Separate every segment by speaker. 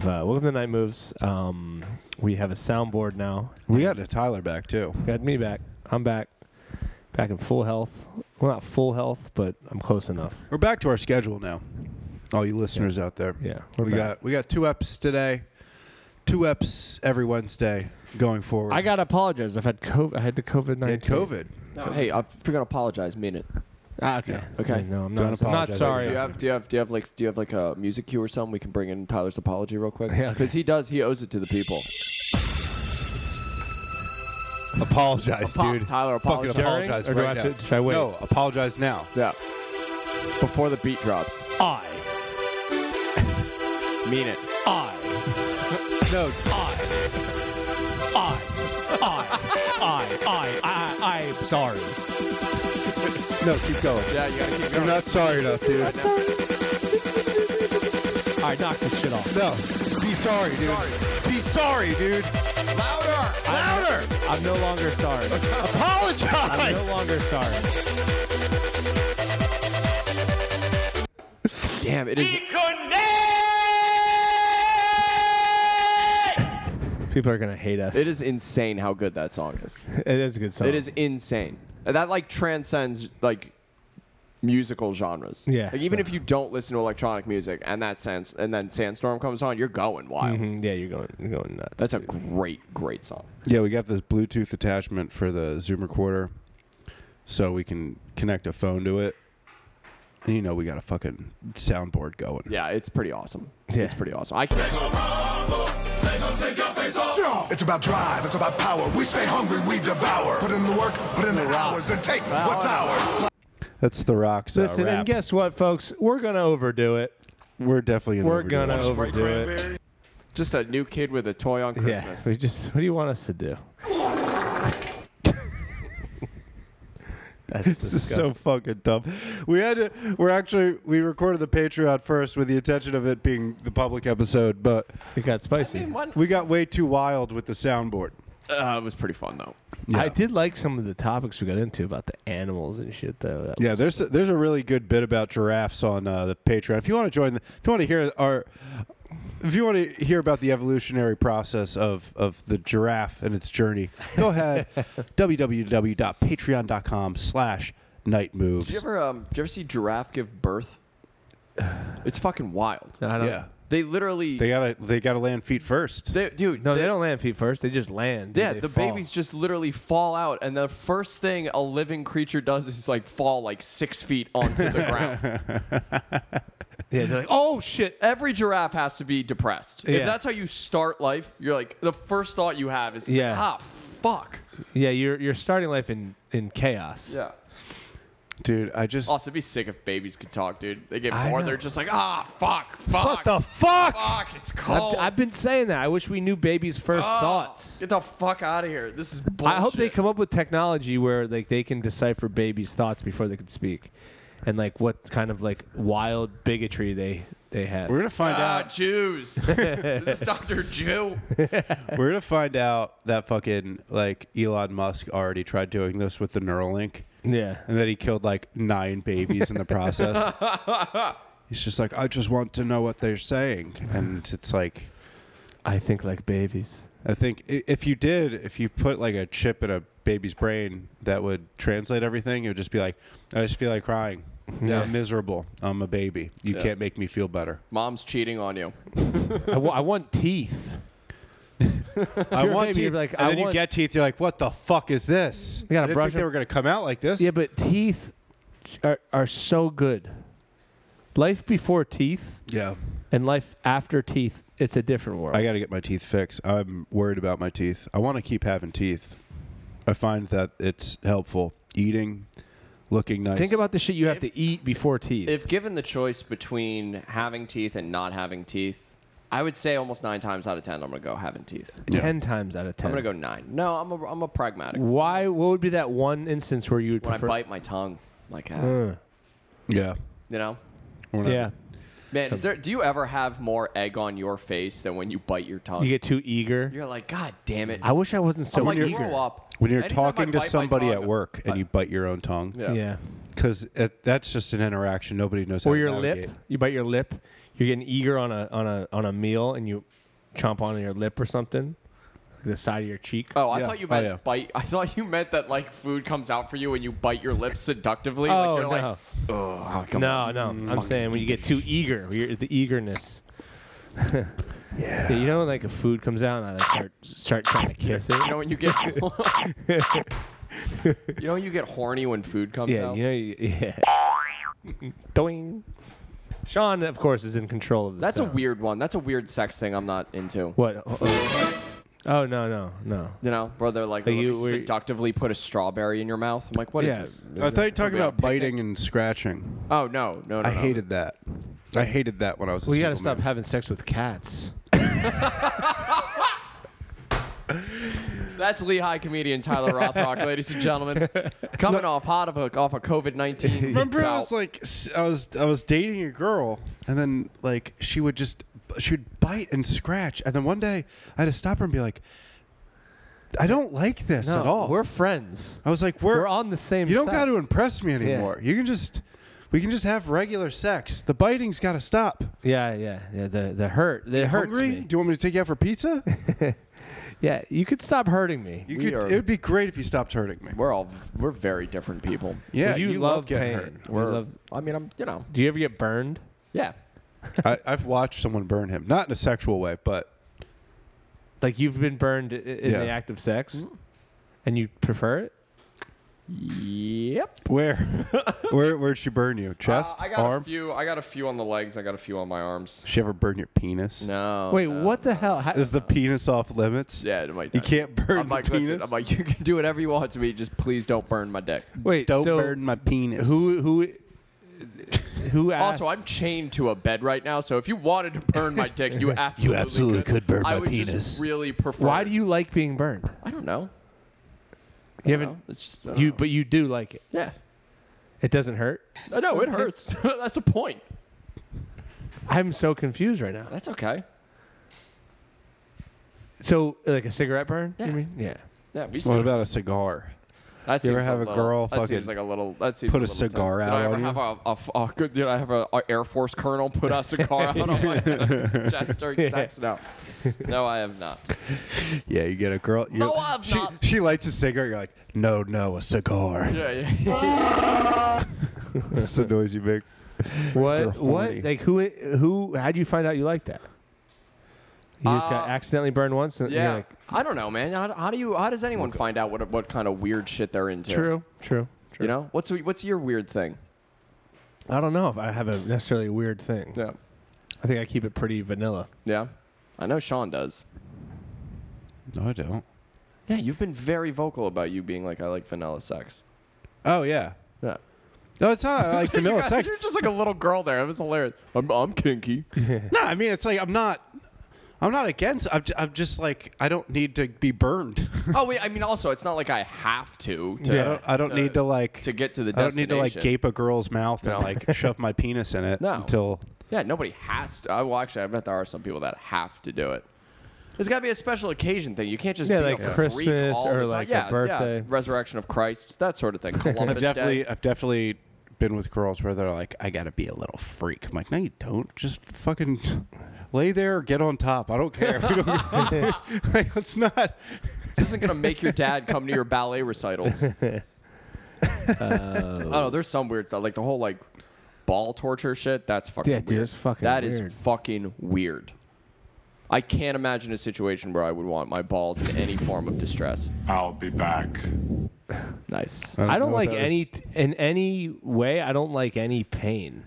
Speaker 1: uh, welcome to Night Moves. Um, we have a soundboard now.
Speaker 2: We got a Tyler back too.
Speaker 1: Got me back. I'm back. Back in full health. Well, not full health, but I'm close enough.
Speaker 2: We're back to our schedule now. All you listeners out there.
Speaker 1: Yeah, we're
Speaker 2: We
Speaker 1: back.
Speaker 2: got we got two eps today. Two eps every Wednesday going forward.
Speaker 1: I gotta apologize. I've had COVID. I had the COVID
Speaker 2: and
Speaker 1: nineteen.
Speaker 2: COVID.
Speaker 3: Hey, I forgot to apologize. Mean it.
Speaker 1: Ah, okay.
Speaker 2: Yeah.
Speaker 3: Okay.
Speaker 1: No, I'm
Speaker 2: Don't
Speaker 1: not. I'm not
Speaker 2: apologize.
Speaker 1: sorry.
Speaker 3: Do you have do you have do you have like do you have like a music cue or something we can bring in Tyler's apology real quick?
Speaker 1: Yeah, okay.
Speaker 3: because he does he owes it to the people.
Speaker 2: Apologize,
Speaker 3: Apo-
Speaker 2: dude.
Speaker 3: Tyler,
Speaker 2: Fucking
Speaker 3: apologize.
Speaker 2: apologize
Speaker 1: Or do I
Speaker 2: right
Speaker 1: have
Speaker 2: now.
Speaker 1: to- should I wait?
Speaker 2: No, apologize now.
Speaker 3: Yeah. Before the beat drops,
Speaker 1: I.
Speaker 3: mean it.
Speaker 1: I.
Speaker 2: No,
Speaker 1: I. I. I. I. I. I'm sorry.
Speaker 2: no, keep going.
Speaker 3: Yeah, you gotta keep
Speaker 2: I'm
Speaker 3: going.
Speaker 2: not sorry enough, dude.
Speaker 1: All right, knock this shit off.
Speaker 2: No. Be sorry, dude. Be sorry, dude. Louder. Louder.
Speaker 1: I'm no longer sorry. I'm no
Speaker 2: Apologize.
Speaker 1: longer sorry.
Speaker 3: Damn, it is.
Speaker 1: People are gonna hate us.
Speaker 3: It is insane how good that song is.
Speaker 1: It is a good song.
Speaker 3: It is insane. That like transcends like musical genres.
Speaker 1: Yeah.
Speaker 3: Like, even if you don't listen to electronic music and that sense and then Sandstorm comes on, you're going wild.
Speaker 1: Mhm, Yeah, you're going. You're going nuts.
Speaker 3: That's a great, great song.
Speaker 2: Yeah, we got this Bluetooth attachment for the Zoom recorder, so we can connect a phone to it. And you know, we got a fucking soundboard going.
Speaker 3: Yeah, it's pretty awesome.
Speaker 1: Yeah.
Speaker 3: It's pretty awesome. I can't
Speaker 4: It's about drive, it's about power. We stay hungry, we devour. Put in the work, put in the hours, and take what's ours.
Speaker 2: That's the rocks. uh,
Speaker 1: Listen, and guess what, folks? We're gonna overdo it.
Speaker 2: we're definitely gonna
Speaker 1: We're
Speaker 2: overdo
Speaker 1: gonna
Speaker 2: it.
Speaker 1: overdo it.
Speaker 3: just a new kid with a toy on
Speaker 1: Yeah.
Speaker 3: Christmas.
Speaker 1: We just. What do you want us to do? That's
Speaker 2: This is
Speaker 1: disgusting.
Speaker 2: so fucking dumb. We had to, we're actually we recorded the Patreon first with the intention of it being the public episode, but
Speaker 1: it got spicy. I,
Speaker 2: we got way too wild with the soundboard.
Speaker 3: Uh, it was pretty fun though.
Speaker 1: did like some of the topics we got into about the animals and shit, though. That
Speaker 2: Yeah, there's a, there's a really good bit about giraffes on uh, the Patreon. If you want to join, the, if you want to hear our, if you want to hear about the evolutionary process of of the giraffe and its journey, go ahead www.patreon.com/slash night
Speaker 3: Did you
Speaker 2: moves.
Speaker 3: ever um did you ever see giraffe give birth? It's fucking wild.
Speaker 1: was- I don't,
Speaker 2: Yeah,
Speaker 3: They literally
Speaker 2: they gotta they gotta land feet first.
Speaker 3: they, dude,
Speaker 1: No, they, don't land feet first. They just land. and
Speaker 3: Yeah,
Speaker 1: they
Speaker 3: the
Speaker 1: fall.
Speaker 3: babies just literally fall out, and the first thing a living creature does is like fall like six feet onto the ground.
Speaker 1: Yeah, they're like, oh shit.
Speaker 3: Every giraffe has to be depressed.
Speaker 1: Yeah.
Speaker 3: If that's how you start life, you're like the first thought you have is
Speaker 1: Yeah.
Speaker 3: ah fuck.
Speaker 1: Yeah, you're you're starting life in in chaos.
Speaker 3: Yeah.
Speaker 2: Dude, I just
Speaker 3: Also, it'd be sick if babies could talk, dude. They get
Speaker 1: I
Speaker 3: born,
Speaker 1: know.
Speaker 3: they're just like ah fuck, fuck,
Speaker 1: What the fuck?
Speaker 3: fuck, it's cold.
Speaker 1: I've, I've been saying that. I wish we knew babies' first
Speaker 3: Ah,
Speaker 1: thoughts.
Speaker 3: Get the fuck out of here. This is bullshit.
Speaker 1: I hope they come up with technology where like they can decipher babies' thoughts before they can speak, and like what kind of like wild bigotry they they have.
Speaker 2: we're gonna find
Speaker 3: Ah,
Speaker 2: out.
Speaker 3: Jews. this is Doctor Jew.
Speaker 2: We're gonna find out that fucking like Elon Musk already tried doing this with the Neuralink.
Speaker 1: yeah,
Speaker 2: and that he killed like nine babies in the process. He's just like, I just want to know what they're saying, and it's like,
Speaker 1: I think like babies.
Speaker 2: I think i- if you did, if you put like a chip in a baby's brain that would translate everything, it would just be like, I just feel like crying.
Speaker 3: Yeah.
Speaker 2: I'm miserable. I'm a baby. You
Speaker 3: Yeah.
Speaker 2: can't make me feel better.
Speaker 3: Mom's cheating on you.
Speaker 1: I wa- I want teeth.
Speaker 2: I
Speaker 1: you're a
Speaker 2: want
Speaker 1: baby, you're
Speaker 2: teeth.
Speaker 1: like,
Speaker 2: and
Speaker 1: I
Speaker 2: then
Speaker 1: want-
Speaker 2: you get teeth. You're like, what the fuck is this?
Speaker 1: gotta
Speaker 2: I didn't
Speaker 1: brush
Speaker 2: think they
Speaker 1: them-
Speaker 2: were gonna come out like this.
Speaker 1: Yeah, but teeth are are so good. Life before teeth
Speaker 2: yeah.
Speaker 1: and life after teeth, it's a different world.
Speaker 2: I got to get my teeth fixed. I'm worried about my teeth. I want to keep having teeth. I find that it's helpful. Eating, looking nice.
Speaker 1: Think about the shit you have to eat before teeth.
Speaker 3: If given the choice between having teeth and not having teeth, I would say almost nine times out of ten, I'm gonna go having teeth.
Speaker 2: Yeah.
Speaker 1: ten times out of 10
Speaker 3: I'm gonna go nine. No, I'm a, I'm a pragmatic.
Speaker 1: Why? What would be that one instance where you would
Speaker 3: When I
Speaker 1: prefer?
Speaker 3: bite my tongue, like ah,
Speaker 1: Mm. Uh,
Speaker 2: yeah.
Speaker 3: you know,
Speaker 2: We're not-
Speaker 1: yeah,
Speaker 3: man, is there? Do you ever have more egg on your face than when you bite your tongue?
Speaker 1: you get too eager.
Speaker 3: You're like, God damn it!
Speaker 1: I wish I wasn't so
Speaker 3: I'm like,
Speaker 1: eager.
Speaker 3: grow up.
Speaker 2: When you're
Speaker 3: Anytime I
Speaker 2: talking to
Speaker 3: bite my
Speaker 2: somebody
Speaker 3: tongue,
Speaker 2: at work and
Speaker 3: I-
Speaker 2: you bite your own tongue,
Speaker 3: Yeah.
Speaker 1: Yeah.
Speaker 2: because that's just an interaction. Nobody knows how
Speaker 1: or
Speaker 2: to
Speaker 1: your
Speaker 2: navigate.
Speaker 1: lip. You bite your lip. You're getting eager on a on a on a meal, and you chomp on your lip or something, like the side of your cheek.
Speaker 3: Oh, I
Speaker 2: Yeah.
Speaker 3: thought you
Speaker 2: Oh,
Speaker 3: meant
Speaker 2: yeah.
Speaker 3: bite. I thought you meant that like food comes out for you and you bite your lips seductively.
Speaker 1: Oh,
Speaker 3: like, you're
Speaker 1: no.
Speaker 3: like, oh, come
Speaker 1: no, no. I'm saying when you get too eager, you're, the eagerness. yeah. You know, when, like a food comes out, and I like, start start trying to kiss it.
Speaker 3: You know when you get. you know when you get horny when food comes
Speaker 1: Yeah,
Speaker 3: out.
Speaker 1: you know, you- yeah. Doing. Sean, of course, is in control of this.
Speaker 3: That's a weird one. That's a weird sex thing I'm not into.
Speaker 1: What? Oh, oh. Oh, no, no, no.
Speaker 3: You know, where they're like,
Speaker 1: Like
Speaker 3: let me
Speaker 1: you- we-
Speaker 3: seductively put a strawberry in your mouth. I'm like, what is
Speaker 1: Yes.
Speaker 3: this?
Speaker 2: I thought you were talking
Speaker 3: Are we on
Speaker 2: about biting and scratching.
Speaker 3: Oh no, no, no.
Speaker 2: I
Speaker 3: no.
Speaker 2: hated that. I hated that when I was. A
Speaker 1: Well, you got to
Speaker 2: single
Speaker 1: stop
Speaker 2: man.
Speaker 1: having sex with cats.
Speaker 3: That's Lehigh comedian Tyler Rothrock, ladies and gentlemen, coming off hot of a off a COVID nineteen.
Speaker 2: Remember, I was like, s- I was, I was dating a girl, and then like she would just, she would bite and scratch, and then one day I had to stop her and be like, I don't like this at all.
Speaker 1: We're friends.
Speaker 2: I was like, we're,
Speaker 1: we're on the same
Speaker 2: You don't
Speaker 1: side.
Speaker 2: got to impress me anymore. You can just, we can just have regular sex. The biting's got to stop.
Speaker 1: Yeah, yeah, yeah. The the hurt, it hurts
Speaker 2: Hungry?
Speaker 1: me.
Speaker 2: Do you want me to take you out for pizza?
Speaker 1: Yeah, you could stop hurting me.
Speaker 2: You
Speaker 3: We
Speaker 2: could.
Speaker 3: are-
Speaker 2: It would be great if you stopped hurting me.
Speaker 3: we're all we're very different people.
Speaker 2: Yeah,
Speaker 1: Well, you,
Speaker 2: you
Speaker 1: love,
Speaker 2: love getting
Speaker 1: pain.
Speaker 2: hurt.
Speaker 1: You
Speaker 3: We're,
Speaker 1: love-
Speaker 3: I mean, I'm you know,
Speaker 1: do you ever get burned?
Speaker 3: yeah.
Speaker 2: I, I've watched someone burn him, not in a sexual way, but
Speaker 1: Like you've been burned i- in
Speaker 2: Yeah. Mm.
Speaker 1: the act of sex, and you prefer it?
Speaker 3: Yep.
Speaker 2: where, where, where'd she burn you? Chest,
Speaker 3: Uh, I got
Speaker 2: arm?
Speaker 3: a few. I got a few on the legs. I got a few on my arms.
Speaker 2: Did she ever burn your penis?
Speaker 3: No.
Speaker 1: Wait,
Speaker 3: no.
Speaker 1: what the hell? How,
Speaker 2: Is the penis off limits?
Speaker 3: Yeah, it might.
Speaker 2: You can't burn
Speaker 3: I'm
Speaker 2: the
Speaker 3: like,
Speaker 2: penis.
Speaker 3: listen. I'm like, you can do whatever you want to me. Just please don't burn my dick.
Speaker 1: wait,
Speaker 2: Don't
Speaker 1: so
Speaker 2: burn my penis.
Speaker 1: who who who asked?
Speaker 3: Also, I'm chained to a bed right now, so if you wanted to burn my dick, you absolutely,
Speaker 2: absolutely could burn
Speaker 3: I
Speaker 2: my
Speaker 3: would
Speaker 2: penis.
Speaker 3: just really prefer.
Speaker 1: Why do you like being burned?
Speaker 3: I don't know.
Speaker 1: You
Speaker 3: You know,
Speaker 1: haven't.
Speaker 3: it's just I don't
Speaker 1: You
Speaker 3: know.
Speaker 1: but you do like it.
Speaker 3: yeah.
Speaker 1: It doesn't hurt.
Speaker 3: I know it hurts. That's the point.
Speaker 1: I'm so confused right now.
Speaker 3: That's okay.
Speaker 1: So like a cigarette burn? You
Speaker 3: Yeah.
Speaker 1: mean? Yeah.
Speaker 3: Yeah, we
Speaker 2: What
Speaker 3: still
Speaker 2: about a cigar?
Speaker 3: That
Speaker 2: You ever
Speaker 3: seems
Speaker 2: have a
Speaker 3: little,
Speaker 2: girl
Speaker 3: That
Speaker 2: fucking
Speaker 3: seems like a little. That seems
Speaker 2: put a
Speaker 3: little tense.
Speaker 2: cigar
Speaker 3: Did
Speaker 2: out
Speaker 3: I ever
Speaker 2: on
Speaker 3: have a, a, f- a good? Did I have a, a Air Force colonel put a cigar out on my chest during sex? No, no, I have not.
Speaker 2: Yeah, you get a girl. you-
Speaker 3: No, I'm
Speaker 2: she,
Speaker 3: not.
Speaker 2: She lights a cigar. You're like, no, no, a cigar.
Speaker 3: Yeah, yeah.
Speaker 2: That's the noise you make. They're
Speaker 1: What?
Speaker 2: horny.
Speaker 1: What? Like who? Who? How'd you find out you like that? You just got
Speaker 3: Uh,
Speaker 1: accidentally burned once. And
Speaker 3: yeah.
Speaker 1: You're like,
Speaker 3: I don't know, man. How, how do you? How does anyone find out what what kind of weird shit they're into?
Speaker 1: true. True. True.
Speaker 3: You know, what's what's your weird thing?
Speaker 1: I don't know if I have a necessarily weird thing.
Speaker 3: Yeah,
Speaker 1: I think I keep it pretty vanilla.
Speaker 3: yeah. I know Sean does.
Speaker 2: No, I don't.
Speaker 3: Yeah, you've been very vocal about you being like, I like vanilla sex.
Speaker 2: Oh yeah.
Speaker 3: Yeah.
Speaker 2: No, it's not I like vanilla sex.
Speaker 3: You're just like a little girl there. It was hilarious. I'm, I'm kinky.
Speaker 2: No, I mean it's like I'm not. I'm not against. I'm, j- I'm just like I don't need to be burned.
Speaker 3: oh wait, I mean, also, it's not like I have to. to
Speaker 2: I don't, I don't
Speaker 3: to-
Speaker 2: need to like
Speaker 3: to get to the
Speaker 2: I don't need to like
Speaker 3: destination.
Speaker 2: gape a girl's mouth and
Speaker 3: No.
Speaker 2: like shove my penis in it
Speaker 3: No.
Speaker 2: until
Speaker 3: Yeah, nobody has to. I, well, actually, I bet there are some people that have to do it. There's got to be a special occasion thing. You can't just
Speaker 1: Yeah,
Speaker 3: be
Speaker 1: like
Speaker 3: a freak
Speaker 1: Christmas
Speaker 3: all
Speaker 1: or
Speaker 3: the time.
Speaker 1: like a
Speaker 3: yeah,
Speaker 1: birthday.
Speaker 3: yeah, resurrection of Christ, that sort of thing. Columbus
Speaker 2: I've definitely
Speaker 3: Day.
Speaker 2: I've definitely been with girls where they're like, I gotta be a little freak. I'm like, no, you don't. Just fucking lay there, or get on top. I don't care. We don't- like, let's not.
Speaker 3: This isn't gonna make your dad come to your ballet recitals. I don't know. There's some weird stuff, like the whole like ball torture shit. That's fucking
Speaker 1: Yeah,
Speaker 3: weird.
Speaker 1: dude, that's fucking
Speaker 3: That is
Speaker 1: weird.
Speaker 3: fucking weird. I can't imagine a situation where I would want my balls in any form of distress.
Speaker 4: I'll be back.
Speaker 3: Nice.
Speaker 1: I don't
Speaker 2: know what
Speaker 1: like
Speaker 2: that is.
Speaker 1: any in any way. I don't like any pain.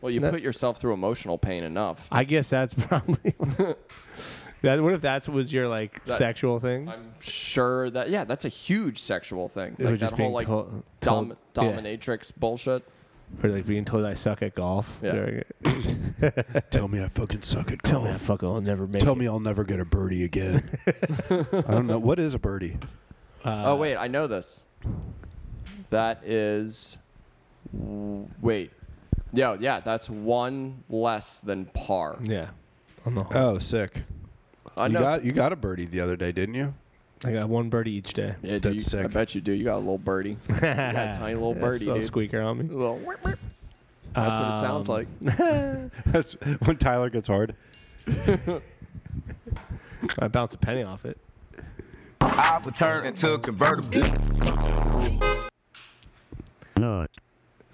Speaker 3: Well, you put yourself through emotional pain enough.
Speaker 1: I guess that's probably. that what if that was your like
Speaker 3: That-
Speaker 1: sexual thing?
Speaker 3: I'm sure that yeah, that's a huge sexual thing.
Speaker 1: was
Speaker 3: Like
Speaker 1: just
Speaker 3: that
Speaker 1: being
Speaker 3: whole like
Speaker 1: told-
Speaker 3: dom-
Speaker 1: told- yeah.
Speaker 3: dominatrix bullshit.
Speaker 1: or like being told I suck at golf.
Speaker 3: Yeah.
Speaker 1: During it.
Speaker 2: Tell me I fucking suck at
Speaker 1: Tell me
Speaker 2: golf.
Speaker 1: I fuck. I'll never make.
Speaker 2: Oh. Tell
Speaker 1: it.
Speaker 2: me I'll never get a birdie again. I don't know what is a birdie.
Speaker 1: Uh,
Speaker 3: oh wait, I know this. That is wait. Yo, yeah, that's one less than par.
Speaker 1: Yeah. Uh, On the whole.
Speaker 2: Oh, sick.
Speaker 3: I
Speaker 2: you
Speaker 3: know
Speaker 2: got you got a birdie the other day, didn't you?
Speaker 1: I got one birdie each day.
Speaker 3: Yeah, dude,
Speaker 2: That's
Speaker 3: you- I
Speaker 2: sick.
Speaker 3: bet you do. You got a little birdie. you got a tiny little
Speaker 1: That's
Speaker 3: birdie,
Speaker 1: a little
Speaker 3: dude.
Speaker 1: squeaker on me.
Speaker 3: Little whip, whip. That's what it sounds
Speaker 1: Um,
Speaker 3: like.
Speaker 2: That's when Tyler gets hard.
Speaker 1: I bounce a penny off it.
Speaker 5: I would turn into a convertible.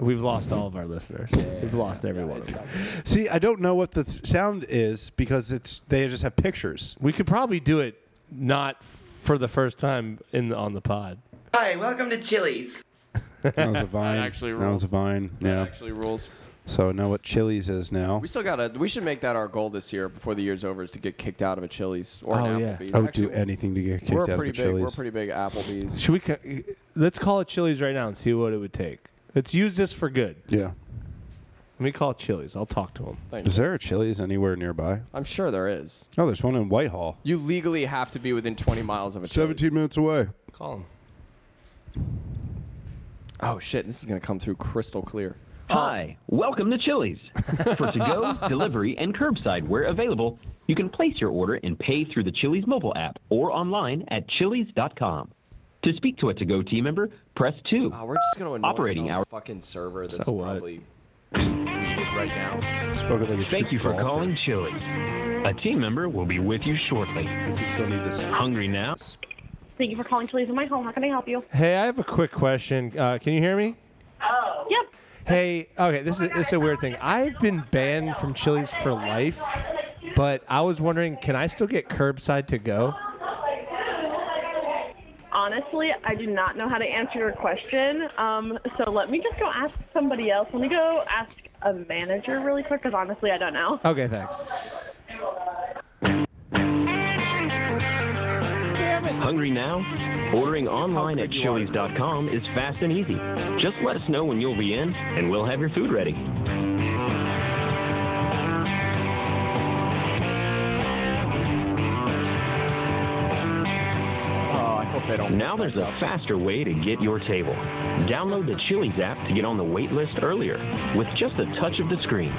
Speaker 1: We've lost all of our listeners. We've lost every one of them.
Speaker 2: See, I don't know what the th- sound is because it's they just have pictures.
Speaker 1: We could probably do it not for the first time in the, on the pod.
Speaker 6: Hi, welcome to Chili's.
Speaker 2: That was a vine.
Speaker 3: actually
Speaker 2: that
Speaker 3: rules.
Speaker 2: was a vine.
Speaker 3: That
Speaker 2: Yeah.
Speaker 3: actually rules.
Speaker 2: so I know what Chili's is now.
Speaker 3: We still gotta. We should make that our goal this year before the year's over is to get kicked out of a Chili's or
Speaker 1: Oh,
Speaker 3: an
Speaker 1: yeah.
Speaker 3: Applebee's.
Speaker 2: I would
Speaker 3: Actually,
Speaker 2: do anything to get kicked
Speaker 3: We're
Speaker 2: out
Speaker 3: a pretty
Speaker 2: of
Speaker 3: big.
Speaker 2: Chili's.
Speaker 3: We're pretty big Applebee's.
Speaker 1: Should we? ca- Let's call it Chili's right now and see what it would take. Let's use this for good.
Speaker 2: yeah.
Speaker 1: Let me call Chili's. I'll talk to him.
Speaker 2: Is there a Chili's anywhere nearby?
Speaker 3: I'm sure there is.
Speaker 2: Oh, there's one in Whitehall.
Speaker 3: You legally have to be within 20 miles of a Chili's.
Speaker 2: minutes away.
Speaker 1: Call him.
Speaker 3: Oh shit! This is gonna come through crystal clear.
Speaker 7: Hi, welcome to Chili's. For to go, delivery, and curbside where available, you can place your order and pay through the Chili's mobile app or online at chili's.com. To speak to a to go team member, press 2.
Speaker 3: Oh, we're just gonna annoy
Speaker 7: Operating
Speaker 3: some
Speaker 7: hour-
Speaker 3: fucking server that's
Speaker 1: So what?
Speaker 3: probably muted right now.
Speaker 2: Spoke it like a
Speaker 7: Thank
Speaker 2: true
Speaker 7: you for
Speaker 2: golfer.
Speaker 7: calling Chili's. A team member will be with you shortly.
Speaker 2: I think you still need to. s-
Speaker 7: Hungry now?
Speaker 8: Thank you for calling Chili's in my home. How can I help you?
Speaker 1: Hey, I have a quick question. Uh, can you hear me?
Speaker 8: Yep.
Speaker 1: Hey, okay, this is this is a weird thing. I've been banned from Chili's for life, but I was wondering, can I still get curbside to go?
Speaker 8: Honestly, I do not know how to answer your question. Um, so let me just go ask somebody else. Let me go ask a manager really quick because honestly, I don't know.
Speaker 1: Okay, thanks.
Speaker 7: Hungry now? Ordering online at
Speaker 3: could you order this?
Speaker 7: chili's.com is fast and easy. Just let us know when you'll be in, and we'll have your food ready.
Speaker 3: Oh, I hope they don't.
Speaker 7: Now there's a faster way to get your table. Download the Chili's app to get on the wait list earlier with just a touch of the screen.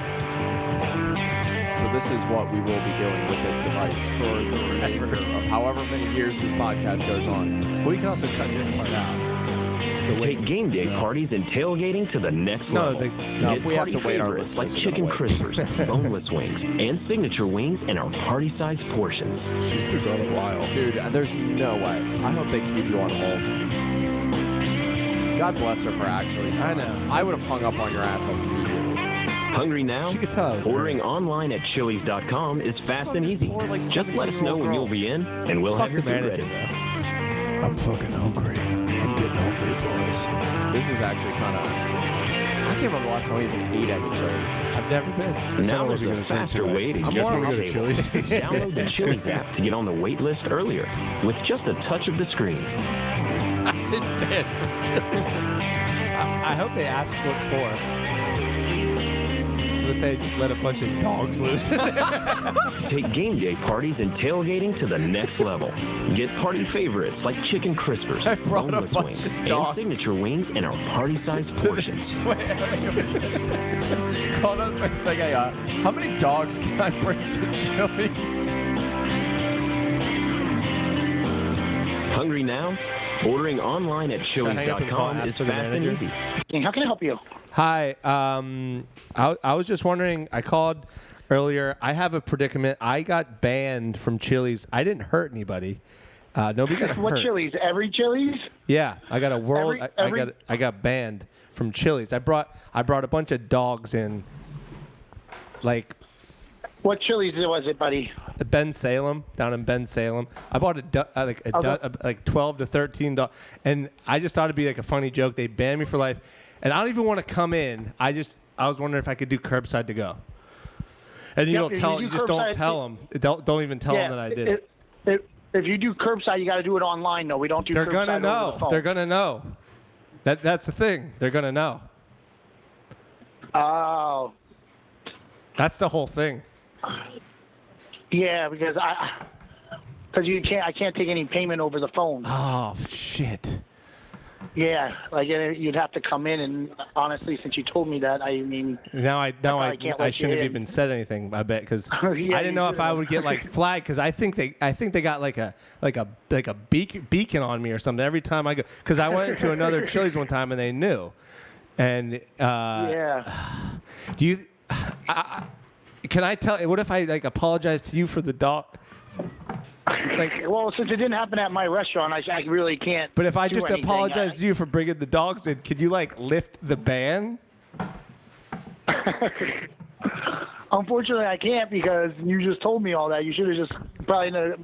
Speaker 3: So this is what we will be doing with this device for the remainder of however many years this podcast goes on.
Speaker 1: We can also cut this part out.
Speaker 7: Take game day parties and tailgating to the next
Speaker 1: No,
Speaker 7: level.
Speaker 1: they- no,
Speaker 3: if we have
Speaker 7: Mid-party
Speaker 3: to wait, our
Speaker 7: favorites like
Speaker 3: listeners are
Speaker 7: chicken
Speaker 3: gonna
Speaker 7: crispers, boneless wings, and signature wings in our party-sized portions.
Speaker 2: She's been gone a while.
Speaker 3: Dude, there's no way. I hope they keep you on hold. God bless her for actually trying.
Speaker 1: know.
Speaker 3: I would have hung up on your ass immediately.
Speaker 7: Hungry now?
Speaker 1: She could tell I was
Speaker 7: Ordering
Speaker 1: earnest.
Speaker 7: online at chili's.com is fast
Speaker 3: fuck
Speaker 7: and
Speaker 3: this
Speaker 7: easy.
Speaker 3: poor, like,
Speaker 7: Just let us know
Speaker 3: 17-year-old
Speaker 7: when
Speaker 3: girl.
Speaker 7: you'll be in, and we'll
Speaker 1: Fuck
Speaker 7: have your
Speaker 1: the
Speaker 7: food
Speaker 1: manager
Speaker 7: ready.
Speaker 1: though.
Speaker 2: I'm fucking hungry. I'm getting hungry, boys.
Speaker 3: This is actually kind of. I can't remember the last time I even ate at a Chili's.
Speaker 1: I've never been.
Speaker 2: I said I
Speaker 7: Now there's
Speaker 2: wasn't gonna
Speaker 7: a
Speaker 2: drink
Speaker 7: faster
Speaker 2: tonight.
Speaker 7: way to
Speaker 2: I'm
Speaker 7: get
Speaker 2: more
Speaker 7: on
Speaker 2: gonna
Speaker 7: the
Speaker 2: go to
Speaker 7: table.
Speaker 2: Chili's.
Speaker 7: Download the Chili's app to get on the wait list earlier with just a touch of the screen.
Speaker 1: I've been banned from Chili's. I, I hope they ask what for. I'm gonna say just let a bunch of dogs loose.
Speaker 7: Take game day parties and tailgating to the next level. Get party favorites like chicken crispers,
Speaker 3: I brought a
Speaker 7: boneless
Speaker 3: bunch
Speaker 7: wings,
Speaker 3: of
Speaker 7: and
Speaker 3: dogs.
Speaker 7: signature wings in our party-sized portions.
Speaker 3: wait, wait, wait. This is- She called up first thing I got. How many dogs can I bring to Chili's?
Speaker 7: Hungry now? Ordering online at
Speaker 1: I hang up and call
Speaker 7: chili's.com
Speaker 1: and ask
Speaker 7: is
Speaker 1: for
Speaker 7: fast
Speaker 1: the
Speaker 7: and
Speaker 1: manager?
Speaker 7: easy.
Speaker 9: How can I help you?
Speaker 1: Hi. Um, I, I was just wondering. I called earlier. I have a predicament. I got banned from Chili's. I didn't hurt anybody. Uh, nobody got
Speaker 9: What
Speaker 1: hurt.
Speaker 9: Chili's? Every Chili's?
Speaker 1: Yeah, I got a world.
Speaker 9: Every-
Speaker 1: I,
Speaker 9: every-
Speaker 1: I got I got banned from Chili's. I brought I brought a bunch of dogs in. Like
Speaker 9: What Chili's was it, buddy?
Speaker 1: Ben Salem down in Ben Salem. I bought a du- uh, like a du-
Speaker 9: Okay.
Speaker 1: uh, like twelve to thirteen dollars, and I just thought it'd be like a funny joke. They banned me for life, and I don't even want to come in. I just I was wondering if I could do curbside to go. And you
Speaker 9: Yep,
Speaker 1: don't
Speaker 9: if you
Speaker 1: tell
Speaker 9: do
Speaker 1: you, just don't
Speaker 9: curbside-
Speaker 1: tell them. Don't don't even tell them that I did it.
Speaker 9: It, it, if you do curbside, you got to do it online, though. We don't do
Speaker 1: They're
Speaker 9: curbside
Speaker 1: gonna
Speaker 9: over the
Speaker 1: know.
Speaker 9: phone.
Speaker 1: They're gonna know. That that's the thing. They're gonna know.
Speaker 9: Oh,
Speaker 1: That's the whole thing.
Speaker 9: yeah, because I,
Speaker 1: Ah.
Speaker 9: because you can't. I can't take any payment over the phone.
Speaker 1: Oh shit.
Speaker 9: Yeah, like uh, you'd have to come in, and honestly, since you told me that, I mean,
Speaker 1: Now I now I,
Speaker 9: probably can't let
Speaker 1: I
Speaker 9: you
Speaker 1: shouldn't have
Speaker 9: in. Oh,
Speaker 1: even said anything. I bet because
Speaker 9: Yeah,
Speaker 1: I
Speaker 9: you
Speaker 1: didn't know if
Speaker 9: should've.
Speaker 1: I would get like flagged because I think they I think they got like a like a like a beak, beacon on me or something every time I go because I went to another Chili's one time and they knew. And uh,
Speaker 9: yeah.
Speaker 1: do you? I, I, can I tell? What if I like apologize to you for the dog? Like,
Speaker 9: Well, since it didn't happen at my restaurant, I, I really can't.
Speaker 1: but if I
Speaker 9: do
Speaker 1: just
Speaker 9: anything.
Speaker 1: apologize to you for bringing the dogs in, can you like lift the ban?
Speaker 9: Unfortunately, I can't because you just told me all that. You should have just probably know.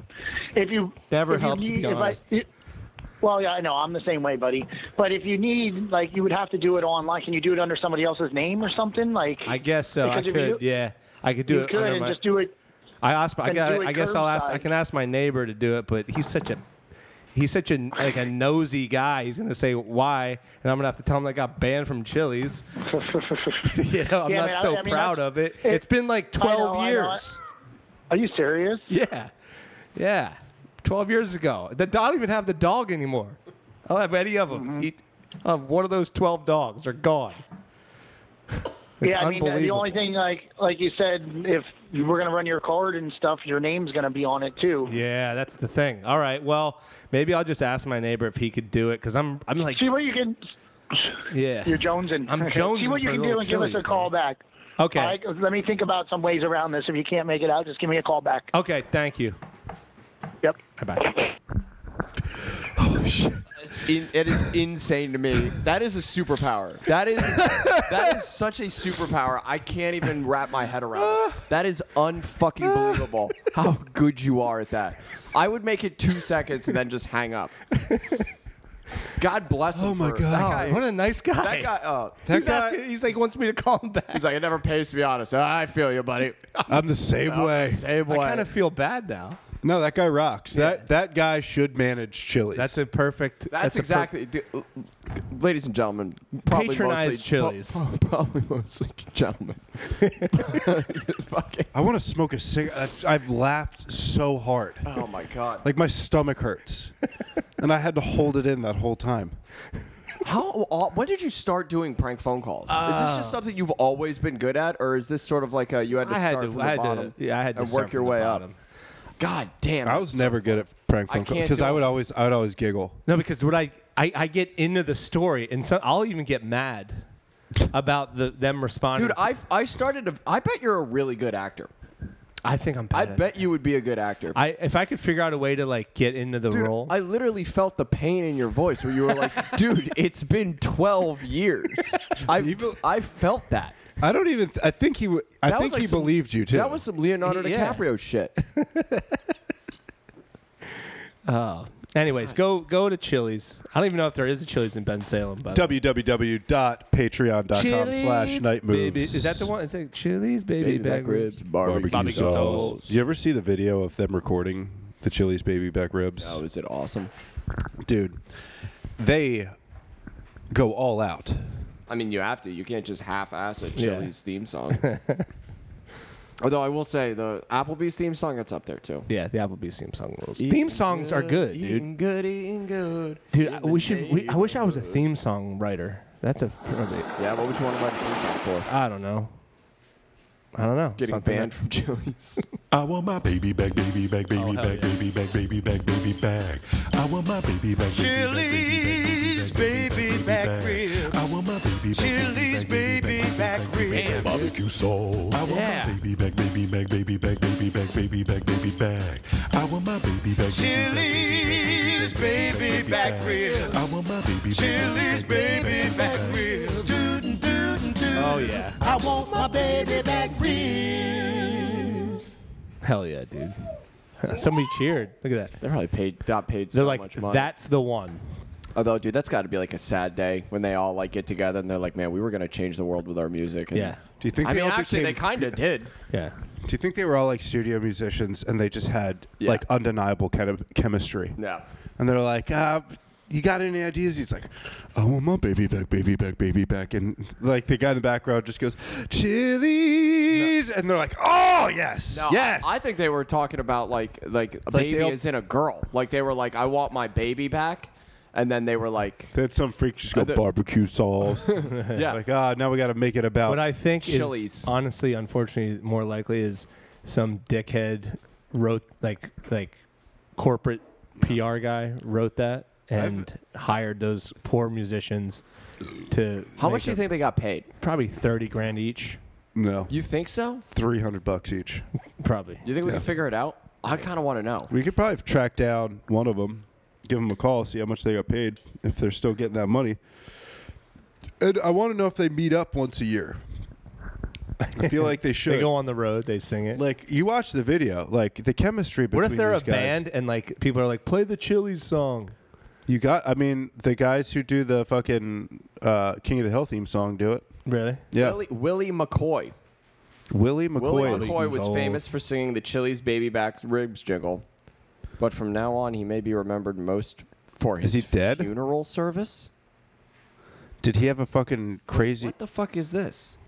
Speaker 9: If you
Speaker 1: Never
Speaker 9: if you
Speaker 1: helps, to be
Speaker 9: need- if I-
Speaker 1: honest.
Speaker 9: it- well, yeah, I know. I'm the same way, buddy. But if you need, like, you would have to do it online. Can you do it under somebody else's name or something? Like,
Speaker 1: I guess so. I
Speaker 9: Because if you
Speaker 1: could.
Speaker 9: do-
Speaker 1: yeah, I could do
Speaker 9: you
Speaker 1: it.
Speaker 9: could
Speaker 1: under
Speaker 9: and
Speaker 1: my-
Speaker 9: just do it.
Speaker 1: I asked. I
Speaker 9: and
Speaker 1: got.
Speaker 9: do it
Speaker 1: I guess I'll ask. I
Speaker 9: curbside.
Speaker 1: can ask my neighbor to do it, but he's such a. He's such a like a nosy guy. He's gonna say why, and I'm gonna have to tell him I got banned from Chili's. you know, I'm not
Speaker 9: Yeah, man, I-
Speaker 1: so
Speaker 9: I mean,
Speaker 1: proud
Speaker 9: that's-
Speaker 1: of it.
Speaker 9: it-
Speaker 1: It's been like
Speaker 9: I know,
Speaker 1: 12
Speaker 9: I know.
Speaker 1: years.
Speaker 9: Are you serious?
Speaker 1: Yeah, yeah, 12 years ago. The, I don't even have the dog anymore. I don't have any of
Speaker 9: Mm-hmm.
Speaker 1: them. I'll have one of those 12 dogs. They're gone. It's
Speaker 9: yeah, I mean, uh, the
Speaker 1: unbelievable.
Speaker 9: only thing, like, like you said, if you were gonna run your card and stuff, your name's gonna be on it too.
Speaker 1: Yeah, that's the thing. All right, well, maybe I'll just ask my neighbor if he could do it because I'm I'm like
Speaker 9: See what you can.
Speaker 1: yeah.
Speaker 9: You're jonesing.
Speaker 1: I'm
Speaker 9: See what
Speaker 1: jonesing
Speaker 9: you
Speaker 1: for
Speaker 9: can
Speaker 1: little
Speaker 9: do and give us
Speaker 1: chilies,
Speaker 9: a call back.
Speaker 1: Okay.
Speaker 9: All right, let me think about some ways around this. If you can't make it out, just give me a call back.
Speaker 1: Okay, thank you.
Speaker 9: Yep.
Speaker 1: Bye bye.
Speaker 3: It's in, it is insane to me. That is a superpower. That is that is such a superpower. I can't even wrap my head around it. That is unfucking believable. How good you are at that. I would make it two seconds and then just hang up. God bless him.
Speaker 2: Oh my
Speaker 3: for-
Speaker 2: God.
Speaker 3: That guy,
Speaker 1: What a nice guy.
Speaker 3: that guy. Oh,
Speaker 1: he's, asking, he's like wants me to call him back.
Speaker 3: he's like it never pays to be honest. Uh, I feel you, buddy.
Speaker 2: I'm the same way.
Speaker 3: Same
Speaker 1: I
Speaker 3: way.
Speaker 1: kind of feel bad now.
Speaker 2: No, that guy rocks. That that guy should manage Chili's.
Speaker 1: That's a perfect.
Speaker 3: That's,
Speaker 1: a per-
Speaker 3: exactly, d- ladies and gentlemen. Probably
Speaker 1: Patronize
Speaker 3: mostly,
Speaker 1: Chili's.
Speaker 3: pro- pro- probably mostly gentlemen. Just fucking-
Speaker 2: I want to smoke a cigarette. I've laughed so hard.
Speaker 3: oh my god!
Speaker 2: Like my stomach hurts, and I had to hold it in that whole time.
Speaker 3: How? aw- When did you start doing prank phone calls? is this just something you've always been good at, or is this sort of like a, you had to
Speaker 1: Uh, I had
Speaker 3: start
Speaker 1: to.
Speaker 3: from
Speaker 1: I
Speaker 3: the
Speaker 1: had
Speaker 3: bottom?
Speaker 1: to. Yeah, I had to
Speaker 3: and
Speaker 1: start
Speaker 3: work
Speaker 1: from
Speaker 3: your
Speaker 1: the
Speaker 3: way up.
Speaker 1: bottom.
Speaker 3: God damn!
Speaker 2: I was never good at prank phone calls
Speaker 3: can't
Speaker 2: because
Speaker 3: do
Speaker 2: I
Speaker 3: it.
Speaker 2: would always I would always giggle.
Speaker 1: No, because what I, I I get into the story, and so I'll even get mad about the them responding.
Speaker 3: dude. I I started. A, I bet you're a really good actor.
Speaker 1: I think I'm. Bad
Speaker 3: I
Speaker 1: at it.
Speaker 3: bet you would be a good actor.
Speaker 1: I if I could figure out a way to like get into the
Speaker 3: Dude,
Speaker 1: role.
Speaker 3: I literally felt the pain in your voice where you were like, "Dude, it's been 12 years." I
Speaker 2: Even-
Speaker 3: I felt that.
Speaker 2: I don't even. Th- I think he. W- I
Speaker 3: That
Speaker 2: think
Speaker 3: like
Speaker 2: he
Speaker 3: some-
Speaker 2: believed you too.
Speaker 3: That was some Leonardo
Speaker 1: Yeah.
Speaker 3: DiCaprio shit.
Speaker 1: Anyways, go go to Chili's. I don't even know if there is a Chili's in Ben Salem, but
Speaker 2: www.patreon.com slash night
Speaker 1: Baby,
Speaker 2: moves.
Speaker 1: is that the one? Is it Chili's baby, back ribs?
Speaker 2: Barbecue,
Speaker 1: Barbecue
Speaker 2: sauce.
Speaker 1: sauce.
Speaker 2: You ever see the video of them recording the Chili's baby back ribs?
Speaker 3: Oh, is it awesome?
Speaker 2: Dude, they go all out.
Speaker 3: I mean, you have to. You can't just half-ass a
Speaker 1: Yeah.
Speaker 3: Chili's theme song. Although I will say the Applebee's theme song, it's up there too.
Speaker 1: Yeah, the Applebee's theme song rules. Theme songs are good, dude.
Speaker 3: Eating good, eating good.
Speaker 1: Dude, I-
Speaker 3: Eating
Speaker 1: we should. We, I
Speaker 3: good.
Speaker 1: wish I was a theme song writer. That's a.
Speaker 3: Yeah, what would you want to write a theme song for?
Speaker 1: I don't know. I don't know.
Speaker 3: Getting
Speaker 1: Something
Speaker 3: banned
Speaker 1: that-
Speaker 3: from Chili's.
Speaker 4: I want my baby back, baby back, baby back, baby back, baby back, baby back. I want my baby back. Chili's baby back ribs. I want my baby back. Chili's baby back ribs. Barbecue sauce. I want my baby back, baby back, baby back, baby back, baby back, baby back. I want my baby back. Chili's baby back ribs. I want my baby back. Chili's baby back ribs. Dootin' dootin' dootin'.
Speaker 1: Oh yeah.
Speaker 4: I want my baby back ribs.
Speaker 1: Hell yeah, dude. Somebody cheered. Look at that.
Speaker 3: They probably paid. Got paid so
Speaker 1: They're like,
Speaker 3: much money.
Speaker 1: that's the one.
Speaker 3: Although, dude, that's got to be like a sad day when they all like get together and they're like, "Man, we were gonna change the world with our music." And
Speaker 1: Yeah.
Speaker 2: Do you think
Speaker 3: I
Speaker 2: they
Speaker 3: mean,
Speaker 2: all
Speaker 3: actually, they
Speaker 2: became-
Speaker 3: kind of did.
Speaker 1: Yeah.
Speaker 2: Do you think they were all like studio musicians and they just had
Speaker 3: Yeah.
Speaker 2: like undeniable kind of chemistry?
Speaker 3: Yeah.
Speaker 2: And they're like, uh, you got any ideas? He's like, I want my baby back, baby back, baby back. And like the guy in the background just goes, Chili's. And they're like, oh, yes.
Speaker 3: No,
Speaker 2: yes.
Speaker 3: I, I think they were talking about like like
Speaker 2: Like
Speaker 3: a baby
Speaker 2: they'll-
Speaker 3: is in a girl. Like they were like, "I want my baby back," and then they were like,
Speaker 2: They had some freak just go
Speaker 3: the-
Speaker 2: barbecue sauce.
Speaker 3: yeah,
Speaker 2: like, ah, now we got to make it about.
Speaker 1: What I think
Speaker 3: Chili's.
Speaker 1: is honestly, unfortunately, more likely is some dickhead wrote like like corporate PR guy wrote that and hired those poor musicians to.
Speaker 3: how
Speaker 1: make
Speaker 3: much do you
Speaker 1: up
Speaker 3: think they got paid?
Speaker 1: Probably thirty grand each.
Speaker 2: no,
Speaker 3: You think so?
Speaker 2: three hundred bucks each.
Speaker 1: Probably.
Speaker 3: You think we can figure it out? I kind of want to know.
Speaker 2: We could probably track down one of them, give them a call, see how much they got paid, if they're still getting that money. And I want to know if they meet up once a year. I feel like they should.
Speaker 1: They go on the road. They sing it.
Speaker 2: like you watch the video, like the chemistry between
Speaker 1: what if they're a
Speaker 2: these guys-
Speaker 1: band and like people are like play the Chili's song?
Speaker 2: You got, I mean, the guys who do the fucking uh, King of the Hill theme song do it.
Speaker 1: Really?
Speaker 2: Yeah,
Speaker 3: Willie, Willie McCoy.
Speaker 2: Willie McCoy.
Speaker 3: Willie McCoy was
Speaker 1: old.
Speaker 3: famous for singing the Chili's Baby Back Ribs Jiggle, but from now on, he may be remembered most for his
Speaker 2: he dead?
Speaker 3: funeral service.
Speaker 2: Did he have a fucking crazy?
Speaker 3: What the fuck is this?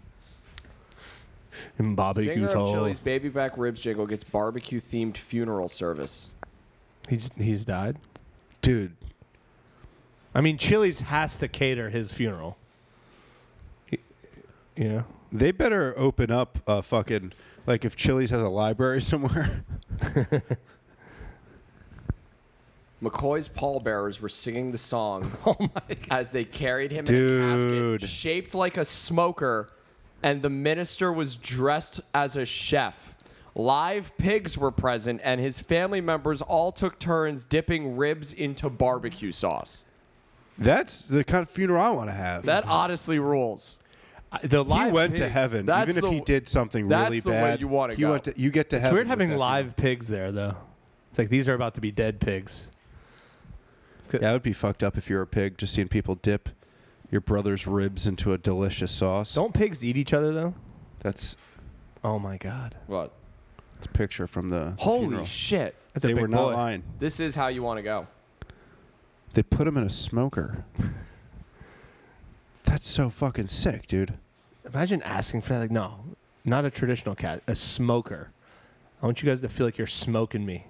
Speaker 1: And barbecue
Speaker 3: Singer of
Speaker 1: hole.
Speaker 3: Chili's Baby Back Ribs Jiggle gets barbecue themed funeral service.
Speaker 1: He's he's died.
Speaker 2: Dude,
Speaker 1: I mean, Chili's has to cater his funeral. Y- You know.
Speaker 2: they better open up a fucking like if Chili's has a library somewhere.
Speaker 3: McCoy's pallbearers were singing the song
Speaker 1: Oh
Speaker 3: as they carried him in a
Speaker 2: Dude.
Speaker 3: casket shaped like a smoker, and the minister was dressed as a chef. Live pigs were present, and his family members all took turns dipping ribs into barbecue sauce.
Speaker 2: That's the kind of funeral I want to have.
Speaker 3: That honestly rules.
Speaker 1: I- The
Speaker 2: he
Speaker 1: live
Speaker 2: went to
Speaker 1: pig-
Speaker 2: heaven,
Speaker 3: That's
Speaker 2: even if
Speaker 3: the-
Speaker 2: he did something
Speaker 3: that's
Speaker 2: really
Speaker 3: the way
Speaker 2: bad.
Speaker 3: you wanna
Speaker 2: he
Speaker 3: go.
Speaker 2: Went to, you get to
Speaker 1: It's
Speaker 2: heaven.
Speaker 1: weird
Speaker 2: with
Speaker 1: having
Speaker 2: that
Speaker 1: live pigs there though. It's like these are about to be dead pigs.
Speaker 2: funeral. That would be fucked up if you were a pig, just seeing people dip your brother's ribs into a delicious sauce.
Speaker 1: Don't pigs eat each other though?
Speaker 2: That's
Speaker 1: Oh my god.
Speaker 3: What?
Speaker 2: it's a picture from the
Speaker 3: Holy
Speaker 2: funeral.
Speaker 3: shit.
Speaker 1: That's a
Speaker 2: Oh, They
Speaker 1: big
Speaker 2: were not
Speaker 1: boy.
Speaker 2: lying.
Speaker 3: This is how you want to go.
Speaker 2: They put him in a smoker. That's so fucking sick, dude.
Speaker 1: Imagine asking for that. Like, no, not a traditional cat, a smoker. I want you guys to feel like you're smoking me.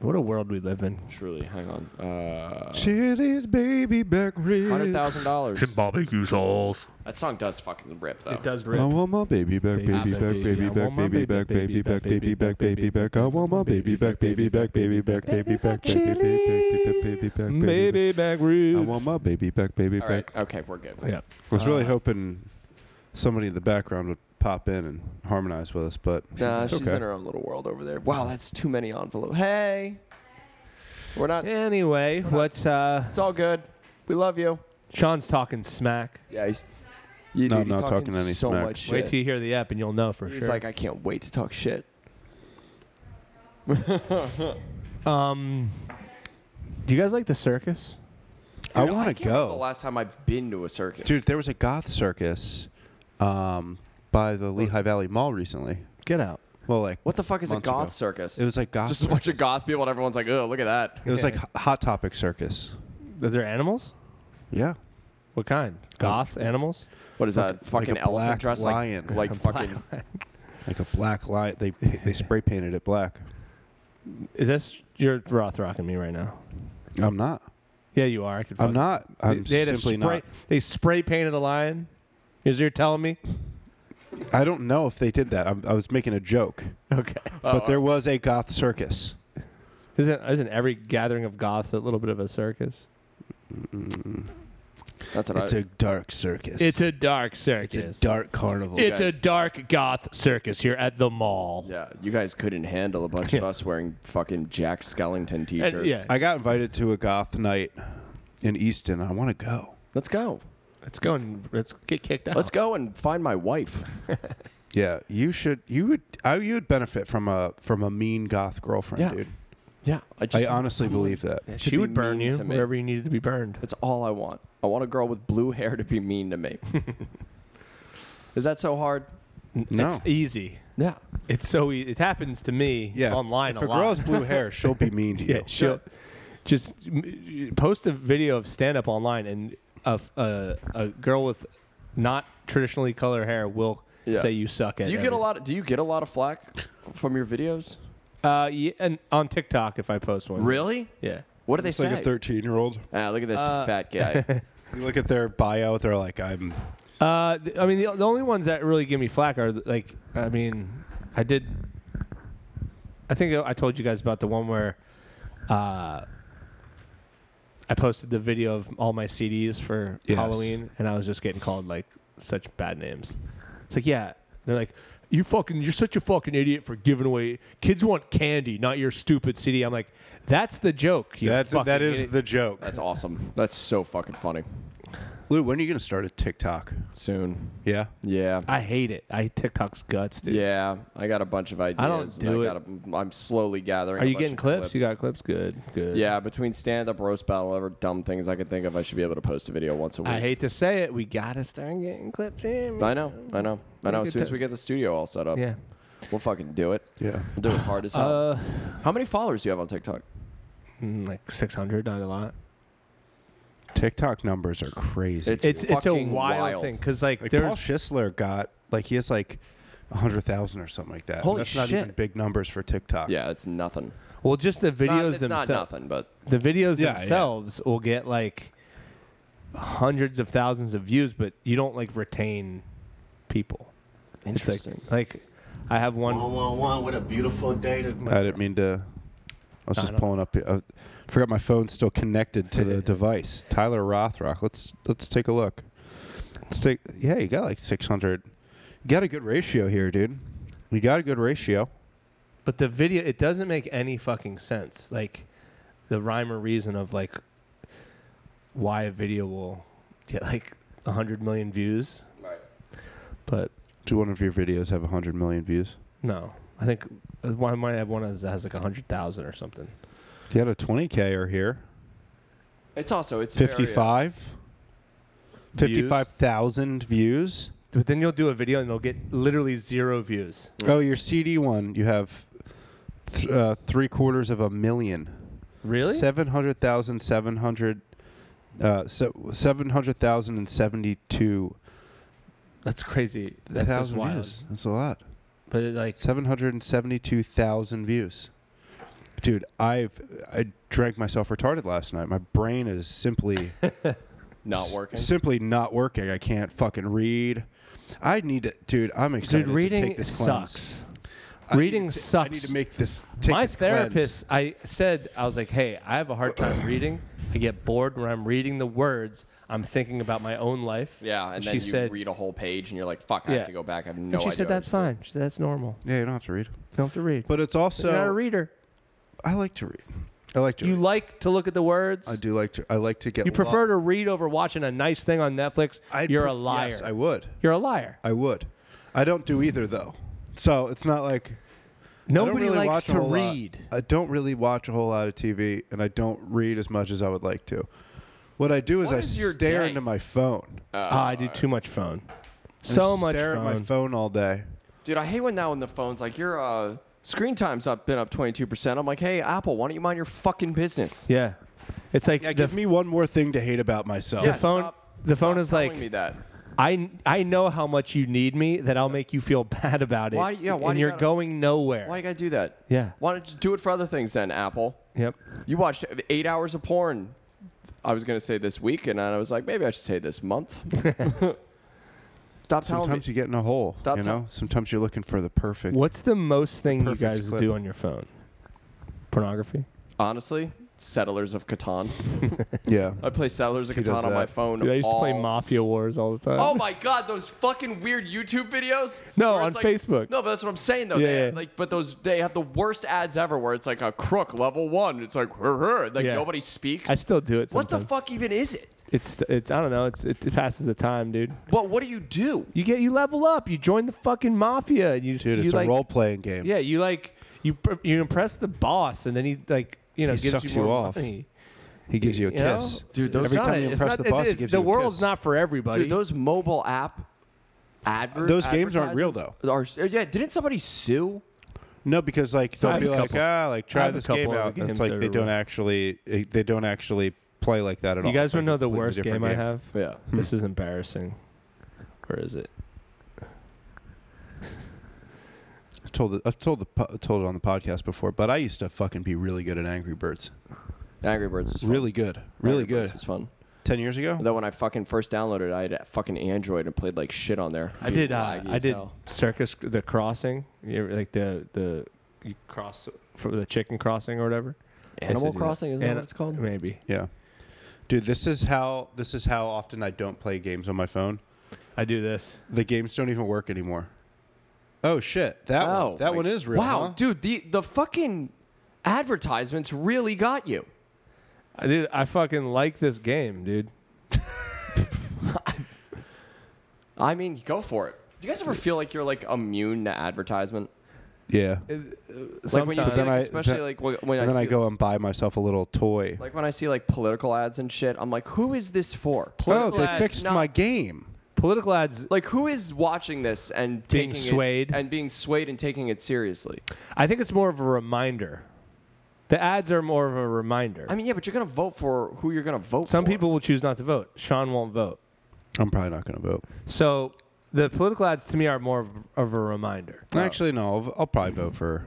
Speaker 1: What a world we live in.
Speaker 3: Truly, hang on. Uh,
Speaker 2: Chili's baby back rib.
Speaker 3: $100,000.
Speaker 4: Barbecue sauce.
Speaker 3: That song does fucking rip, though.
Speaker 1: It does
Speaker 2: I
Speaker 1: rip.
Speaker 2: want my baby back,
Speaker 1: Baby
Speaker 2: baby
Speaker 1: back,
Speaker 2: back,
Speaker 1: baby.
Speaker 2: baby
Speaker 1: I
Speaker 2: back,
Speaker 1: want my baby
Speaker 2: baby back,
Speaker 1: back,
Speaker 2: baby
Speaker 1: baby back,
Speaker 2: back, baby
Speaker 1: baby
Speaker 2: back,
Speaker 1: back, baby
Speaker 2: baby back. I want my baby back, baby back, baby back, baby back, baby back, baby back, baby back, baby back.
Speaker 1: back
Speaker 2: I
Speaker 1: ribs.
Speaker 2: want my baby back, baby
Speaker 3: All right.
Speaker 2: back. I
Speaker 3: Okay, we're good.
Speaker 1: Yeah.
Speaker 2: was really hoping somebody in the background would pop in and harmonize with us, but
Speaker 3: Nah, she's
Speaker 2: okay.
Speaker 3: in her own little world over there. Wow, that's too many envelopes. Hey, we're not.
Speaker 1: Anyway, what's uh
Speaker 3: It's all good. We love you.
Speaker 1: Sean's talking smack.
Speaker 3: Yeah, he's. You,
Speaker 2: No,
Speaker 3: dude,
Speaker 2: I'm
Speaker 3: he's
Speaker 2: not
Speaker 3: talking,
Speaker 2: talking any
Speaker 3: so
Speaker 2: smack.
Speaker 3: much
Speaker 1: Wait
Speaker 3: shit.
Speaker 1: till you hear the app and you'll know for
Speaker 3: he's
Speaker 1: sure.
Speaker 3: like, I can't wait to talk shit.
Speaker 1: um Do you guys like the circus?
Speaker 2: I
Speaker 3: Dude,
Speaker 2: want
Speaker 3: can't
Speaker 2: to
Speaker 3: remember The
Speaker 2: go,
Speaker 3: last time I've been to a circus,
Speaker 2: Oh. dude. There was a goth circus um, by the Lehigh Valley Mall recently.
Speaker 1: Get out.
Speaker 2: Well, like
Speaker 3: What the fuck is a
Speaker 2: months ago.
Speaker 3: goth circus?
Speaker 2: It was like goth.
Speaker 3: It's just a bunch of
Speaker 2: circus.
Speaker 3: goth people, and everyone's like, "Oh, look at that."
Speaker 2: It was like Ho- Hot Topic circus.
Speaker 1: Are there animals?
Speaker 2: Yeah.
Speaker 1: What kind?
Speaker 3: Uh,
Speaker 1: Goth animals?
Speaker 3: What is that? Fucking
Speaker 2: a black
Speaker 3: elephant dress,
Speaker 2: lion.
Speaker 3: like,
Speaker 2: A
Speaker 3: like fucking.
Speaker 2: Like a black light. They they spray painted it black.
Speaker 1: Is this you're Roth rocking me right now?
Speaker 2: I'm not.
Speaker 1: Yeah, you are. I could.
Speaker 2: I'm
Speaker 1: fuck-
Speaker 2: not. I'm
Speaker 1: had a
Speaker 2: simply
Speaker 1: spray, They spray painted a lion. Is you're telling me?
Speaker 2: not. I don't know if they did that. I'm, I was making a joke,
Speaker 1: Oh, Okay.
Speaker 2: but there was a goth circus.
Speaker 1: Isn't isn't every gathering of goths a little bit of a circus?
Speaker 3: That's what
Speaker 2: It's
Speaker 3: I.
Speaker 2: a dark circus.
Speaker 1: Uh, It's a dark circus.
Speaker 2: it's a dark carnival.
Speaker 1: It's a
Speaker 3: guys.
Speaker 1: dark goth circus here at the mall.
Speaker 3: yeah, you guys couldn't handle a bunch of us wearing fucking Jack Skellington
Speaker 1: And-
Speaker 3: t-shirts.
Speaker 1: yeah.
Speaker 2: I got invited to a goth night in Easton. I want to go.
Speaker 3: Let's go.
Speaker 1: Let's go and let's get kicked out.
Speaker 3: Let's go and find my wife.
Speaker 2: Yeah, you should. You would. I you would benefit from a from a mean goth girlfriend,
Speaker 3: Yeah.
Speaker 2: dude.
Speaker 3: Yeah, I
Speaker 2: I
Speaker 3: just
Speaker 2: honestly believe that.
Speaker 1: She
Speaker 3: be
Speaker 1: would burn
Speaker 3: mean
Speaker 1: you
Speaker 3: to me.
Speaker 1: wherever you needed to be burned.
Speaker 3: That's all I want. I want a girl with blue hair to be mean to me. Is that so hard?
Speaker 2: No.
Speaker 1: It's easy.
Speaker 3: Yeah.
Speaker 1: It's so e- it happens to me
Speaker 2: yeah, if-
Speaker 1: online
Speaker 2: If
Speaker 1: a
Speaker 2: a
Speaker 1: lot.
Speaker 2: girl has blue hair, she'll be mean to you.
Speaker 1: Yeah, she'll just m- post a video of stand up online, and a, f- a- a girl with not traditionally colored hair will
Speaker 3: Yeah.
Speaker 1: say you suck at.
Speaker 3: Do you get a lot? Of, do you get a lot of flack from your videos?
Speaker 1: everything. Uh, yeah, and on TikTok if I post one.
Speaker 3: Really?
Speaker 1: Yeah.
Speaker 3: What do they
Speaker 2: it's
Speaker 3: say?
Speaker 2: like a 13 year old.
Speaker 3: ah, look at this fat guy.
Speaker 2: You look at their bio, they're like, I'm.
Speaker 1: Uh, th- I mean, the, the only ones that really give me flack are like, I mean, I did. I think I told you guys about the one where uh, I posted the video of all my CDs for
Speaker 2: Yes.
Speaker 1: Halloween, and I was just getting called like such bad names. It's like, yeah, they're like, you fucking, you're such a fucking idiot for giving away. Kids want candy, not your stupid CD. I'm like, that's the joke. You
Speaker 2: That's, that
Speaker 1: fucking
Speaker 2: is
Speaker 1: idiot."
Speaker 2: the joke.
Speaker 3: That's awesome. That's so fucking funny.
Speaker 2: Uh, Lou, when are you going to start a TikTok?
Speaker 3: Soon.
Speaker 2: Yeah.
Speaker 3: Yeah.
Speaker 1: I hate it. I hate TikTok's guts, dude.
Speaker 3: Yeah, I got a bunch of ideas.
Speaker 1: do
Speaker 3: I Gotta, I'm slowly gathering.
Speaker 1: Are
Speaker 3: a
Speaker 1: you
Speaker 3: bunch
Speaker 1: getting
Speaker 3: of
Speaker 1: clips? You got clips? Good, good.
Speaker 3: Yeah, between stand up, roast battle, whatever dumb things I could think of, I should be able to post a video once a week.
Speaker 1: I hate to say it, we gotta start getting clips in.
Speaker 3: I know, I know, I know.
Speaker 1: Look
Speaker 3: As
Speaker 1: at
Speaker 3: soon as
Speaker 1: that.
Speaker 3: we get the studio all set up,
Speaker 1: Yeah.
Speaker 3: we'll fucking do it.
Speaker 2: Yeah.
Speaker 3: We'll do it hard as hell.
Speaker 1: Uh,
Speaker 3: How many followers do you have on TikTok?
Speaker 1: mm, like six hundred, not a lot.
Speaker 2: TikTok numbers are crazy.
Speaker 3: It's
Speaker 1: It's it's a
Speaker 3: fucking
Speaker 1: wild, thing because like,
Speaker 2: like Paul
Speaker 1: there's
Speaker 2: Schistler got, like, he has like 100,000 or something like that.
Speaker 3: Holy
Speaker 2: That's not
Speaker 3: shit.
Speaker 2: even big numbers for TikTok.
Speaker 3: Yeah, it's nothing.
Speaker 1: well, just the
Speaker 3: Not-
Speaker 1: videos
Speaker 3: it's not
Speaker 1: themselves.
Speaker 3: nothing, but
Speaker 1: The videos
Speaker 2: Yeah, yeah.
Speaker 1: themselves will get like hundreds of thousands of views, but you don't like retain people. It's like-
Speaker 3: Interesting.
Speaker 1: like, I have one.
Speaker 4: what a beautiful day to
Speaker 2: I didn't mean to. I was
Speaker 1: No, I
Speaker 2: just
Speaker 1: don't-
Speaker 2: pulling up. I forgot my phone's still connected to the device. Tyler Rothrock. Let's let's take a look. Let's take. Yeah, you got like 600. You got a good ratio here, dude. You got a good ratio.
Speaker 1: But the video, it doesn't make any fucking sense. Like the rhyme or reason of like why a video will get like hundred million views.
Speaker 3: Right.
Speaker 1: But
Speaker 2: Do one of your videos have 100 million views?
Speaker 1: no, I think uh, one I might have one that has like hundred thousand or something.
Speaker 2: You got a 20k or
Speaker 1: oh,
Speaker 2: here.
Speaker 3: it's also it's very, uh,
Speaker 2: 55. 55,000 views.
Speaker 1: But then you'll do a video and they'll get literally zero views.
Speaker 2: Oh, your CD one. You have th- uh, three quarters of a million.
Speaker 1: Really?
Speaker 2: Seven hundred thousand seven hundred. Uh, so seven hundred thousand and seventy-two
Speaker 1: That's crazy. That's just
Speaker 2: thousand
Speaker 1: wild.
Speaker 2: views. That's a lot.
Speaker 1: But it, like,
Speaker 2: Seven hundred and seventy-two thousand views. Dude, I've I drank myself retarded last night. My brain is simply
Speaker 3: not working.
Speaker 2: simply not working. I can't fucking read. I need to, dude. I'm excited
Speaker 1: dude, reading
Speaker 2: to take this cleanse.
Speaker 1: sucks.
Speaker 2: I need
Speaker 1: Reading
Speaker 2: to-
Speaker 1: sucks.
Speaker 2: I need to make this. Take
Speaker 1: my
Speaker 2: this cleanse.
Speaker 1: therapist i said i was like hey i have a hard time reading i get bored when i'm reading the words i'm thinking about my own life
Speaker 3: yeah, and then
Speaker 1: she
Speaker 3: you
Speaker 1: said
Speaker 3: read a whole page and you're like, fuck, I
Speaker 1: Yeah.
Speaker 3: have to go back. I have no
Speaker 1: and she
Speaker 3: idea.
Speaker 1: said
Speaker 3: what
Speaker 1: that's
Speaker 3: to do."
Speaker 1: fine she said that's normal
Speaker 2: Yeah, you don't have to read.
Speaker 1: you don't have to read
Speaker 2: But it's also
Speaker 1: you're not a reader
Speaker 2: I like to read. I like to.
Speaker 1: you
Speaker 2: read.
Speaker 1: like to look at the words
Speaker 2: I do like to. I like to get.
Speaker 1: you prefer
Speaker 2: lo-
Speaker 1: to read over watching a nice thing on netflix
Speaker 2: I'd
Speaker 1: you're
Speaker 2: pref-
Speaker 1: a liar
Speaker 2: Yes, I would.
Speaker 1: you're a liar
Speaker 2: I would. I don't do either though, so it's not like I don't
Speaker 1: nobody
Speaker 2: really
Speaker 1: likes
Speaker 2: watch a
Speaker 1: to
Speaker 2: whole lot.
Speaker 1: read
Speaker 2: I don't really watch a whole lot of TV, and I don't read as much as I would like to. What I do is
Speaker 3: What
Speaker 2: I
Speaker 3: is your
Speaker 2: stare
Speaker 3: day?
Speaker 2: into my phone.
Speaker 3: Uh,
Speaker 1: Ah, i do too much phone so
Speaker 2: I
Speaker 1: much
Speaker 2: stare
Speaker 1: phone.
Speaker 2: at my phone all day.
Speaker 3: Dude, I hate when now when the phone's like your uh, screen time's up been up 22%. I'm like, "Hey, Apple, why don't you mind your fucking business?"
Speaker 1: yeah it's like
Speaker 2: Yeah,
Speaker 1: the,
Speaker 2: give me one more thing to hate about myself.
Speaker 1: the phone
Speaker 3: stop-
Speaker 1: the phone
Speaker 3: Stop
Speaker 1: is like
Speaker 3: telling me that.
Speaker 1: I I know how much you need me that I'll make you feel bad about it.
Speaker 3: Why- yeah, why
Speaker 1: and
Speaker 3: do you
Speaker 1: you're
Speaker 3: gotta-
Speaker 1: going nowhere.
Speaker 3: Why you got to do that?
Speaker 1: Yeah.
Speaker 3: Why don't you do it for other things then, Apple?
Speaker 1: yep.
Speaker 3: You watched 8 hours of porn. I was going to say this week and I was like, maybe I should say this month. Stop telling me.
Speaker 2: Sometimes you get in a hole.
Speaker 3: Stop
Speaker 2: you
Speaker 3: tell-
Speaker 2: know. Sometimes you're looking for the perfect.
Speaker 1: What's the most thing you
Speaker 2: Perfect
Speaker 1: guys
Speaker 2: clip.
Speaker 1: do on your phone? Pornography.
Speaker 3: Honestly, Settlers of Catan.
Speaker 2: Yeah.
Speaker 3: I play Settlers of
Speaker 2: He does
Speaker 3: Catan on my
Speaker 2: that.
Speaker 3: phone.
Speaker 1: Dude, I used to play
Speaker 3: all-
Speaker 1: Mafia Wars all the time.
Speaker 3: Oh my god, those fucking weird YouTube videos.
Speaker 1: No,
Speaker 3: where it's
Speaker 1: on
Speaker 3: like-
Speaker 1: Facebook.
Speaker 3: No, but that's what I'm saying though.
Speaker 1: Yeah,
Speaker 3: they,
Speaker 1: yeah.
Speaker 3: Like, but those they have the worst ads ever, where it's like a crook level one. It's like her, her. Like
Speaker 1: Yeah.
Speaker 3: nobody speaks.
Speaker 1: I still do it
Speaker 3: What the
Speaker 1: sometimes.
Speaker 3: fuck even is it?
Speaker 1: It's it's I don't know. It's it, it passes the time, dude.
Speaker 3: What What do you do?
Speaker 1: You get you level up. You join the fucking mafia. And you just-
Speaker 2: Dude,
Speaker 1: you
Speaker 2: it's a
Speaker 1: like,
Speaker 2: role playing game.
Speaker 1: Yeah, you like you pr- you impress the boss, and then he like you know
Speaker 2: He
Speaker 1: gives
Speaker 2: sucks
Speaker 1: you
Speaker 2: you
Speaker 1: more
Speaker 2: off.
Speaker 1: money.
Speaker 2: He gives you a
Speaker 1: You know?
Speaker 2: kiss.
Speaker 3: Dude,
Speaker 2: every
Speaker 3: those-
Speaker 1: It's not-
Speaker 2: time you
Speaker 1: it's not-
Speaker 2: impress the
Speaker 1: it-
Speaker 2: boss, he
Speaker 1: it's-
Speaker 2: gives
Speaker 1: the
Speaker 2: you a
Speaker 1: world's
Speaker 2: kiss.
Speaker 1: not for everybody.
Speaker 3: Dude, those mobile app adver-
Speaker 2: Those games aren't real,
Speaker 3: advertisements Are, yeah, didn't somebody sue?
Speaker 2: No, because like
Speaker 1: I
Speaker 2: they'll
Speaker 1: have
Speaker 2: be
Speaker 1: a
Speaker 2: like,
Speaker 1: couple-
Speaker 2: ah, like
Speaker 1: I
Speaker 2: try
Speaker 1: have a
Speaker 2: this game
Speaker 1: couple other
Speaker 2: out. And
Speaker 1: games
Speaker 2: It's like
Speaker 1: that
Speaker 2: they
Speaker 1: are
Speaker 2: don't
Speaker 1: real.
Speaker 2: actually, eh, they don't actually play like that at all.
Speaker 1: You guys
Speaker 2: It's like
Speaker 1: want to
Speaker 2: a
Speaker 1: know the
Speaker 2: completely
Speaker 1: worst game,
Speaker 2: different
Speaker 1: I have?
Speaker 3: Yeah.
Speaker 1: This is embarrassing. Where is it?
Speaker 2: I've told it, I've told the po- told it on the podcast before, but I used to fucking be really good at Angry Birds.
Speaker 3: Angry Birds was fun.
Speaker 2: Really good. Really
Speaker 3: Angry Birds
Speaker 2: good.
Speaker 3: was fun.
Speaker 2: Ten years ago.
Speaker 3: Though when I fucking first downloaded, it, I had a fucking Android and played like shit on there.
Speaker 1: I did. Uh,
Speaker 3: Laggy
Speaker 1: I
Speaker 3: as
Speaker 1: did
Speaker 3: hell.
Speaker 1: circus the crossing, you ever, like the the you cross for the chicken crossing or whatever. I used
Speaker 3: Animal
Speaker 1: to do that.
Speaker 3: Crossing, isn't that
Speaker 1: Ani-
Speaker 3: what it's called?
Speaker 1: Maybe
Speaker 2: Yeah. Dude, this is how this is how often I don't play games on my phone.
Speaker 1: I do this.
Speaker 2: The games don't even work anymore. Oh shit! That
Speaker 3: Oh,
Speaker 2: one, that
Speaker 3: my-
Speaker 2: one is real.
Speaker 3: Wow,
Speaker 2: huh?
Speaker 3: dude, the the fucking advertisements really got you.
Speaker 1: I did. I fucking like this game, dude.
Speaker 3: I mean, go for it. Do you guys ever feel like you're like immune to advertisement?
Speaker 2: Yeah.
Speaker 3: Like when you
Speaker 2: Then
Speaker 3: see,
Speaker 1: Sometimes-
Speaker 3: like,
Speaker 2: I-
Speaker 3: especially
Speaker 2: then-
Speaker 3: like when, when I
Speaker 2: and then
Speaker 3: see,
Speaker 2: I go and buy myself a little toy.
Speaker 3: like when I see like political ads and shit, I'm like, who is this for?
Speaker 2: oh,
Speaker 1: political
Speaker 2: they
Speaker 1: ads
Speaker 2: fixed
Speaker 3: not-
Speaker 2: my game.
Speaker 1: political ads.
Speaker 3: Like who is watching this and
Speaker 1: Being
Speaker 3: taking it-
Speaker 1: swayed.
Speaker 3: and being swayed and taking it seriously?
Speaker 1: I think it's more of a reminder. The ads are more of a reminder.
Speaker 3: I mean, yeah, but you're gonna vote for who you're gonna vote.
Speaker 1: Some
Speaker 3: for.
Speaker 1: people will choose not to vote. Sean won't vote.
Speaker 2: I'm probably not going to vote.
Speaker 1: So the political ads to me are more of, of a reminder.
Speaker 2: Actually, no. I'll, I'll probably vote for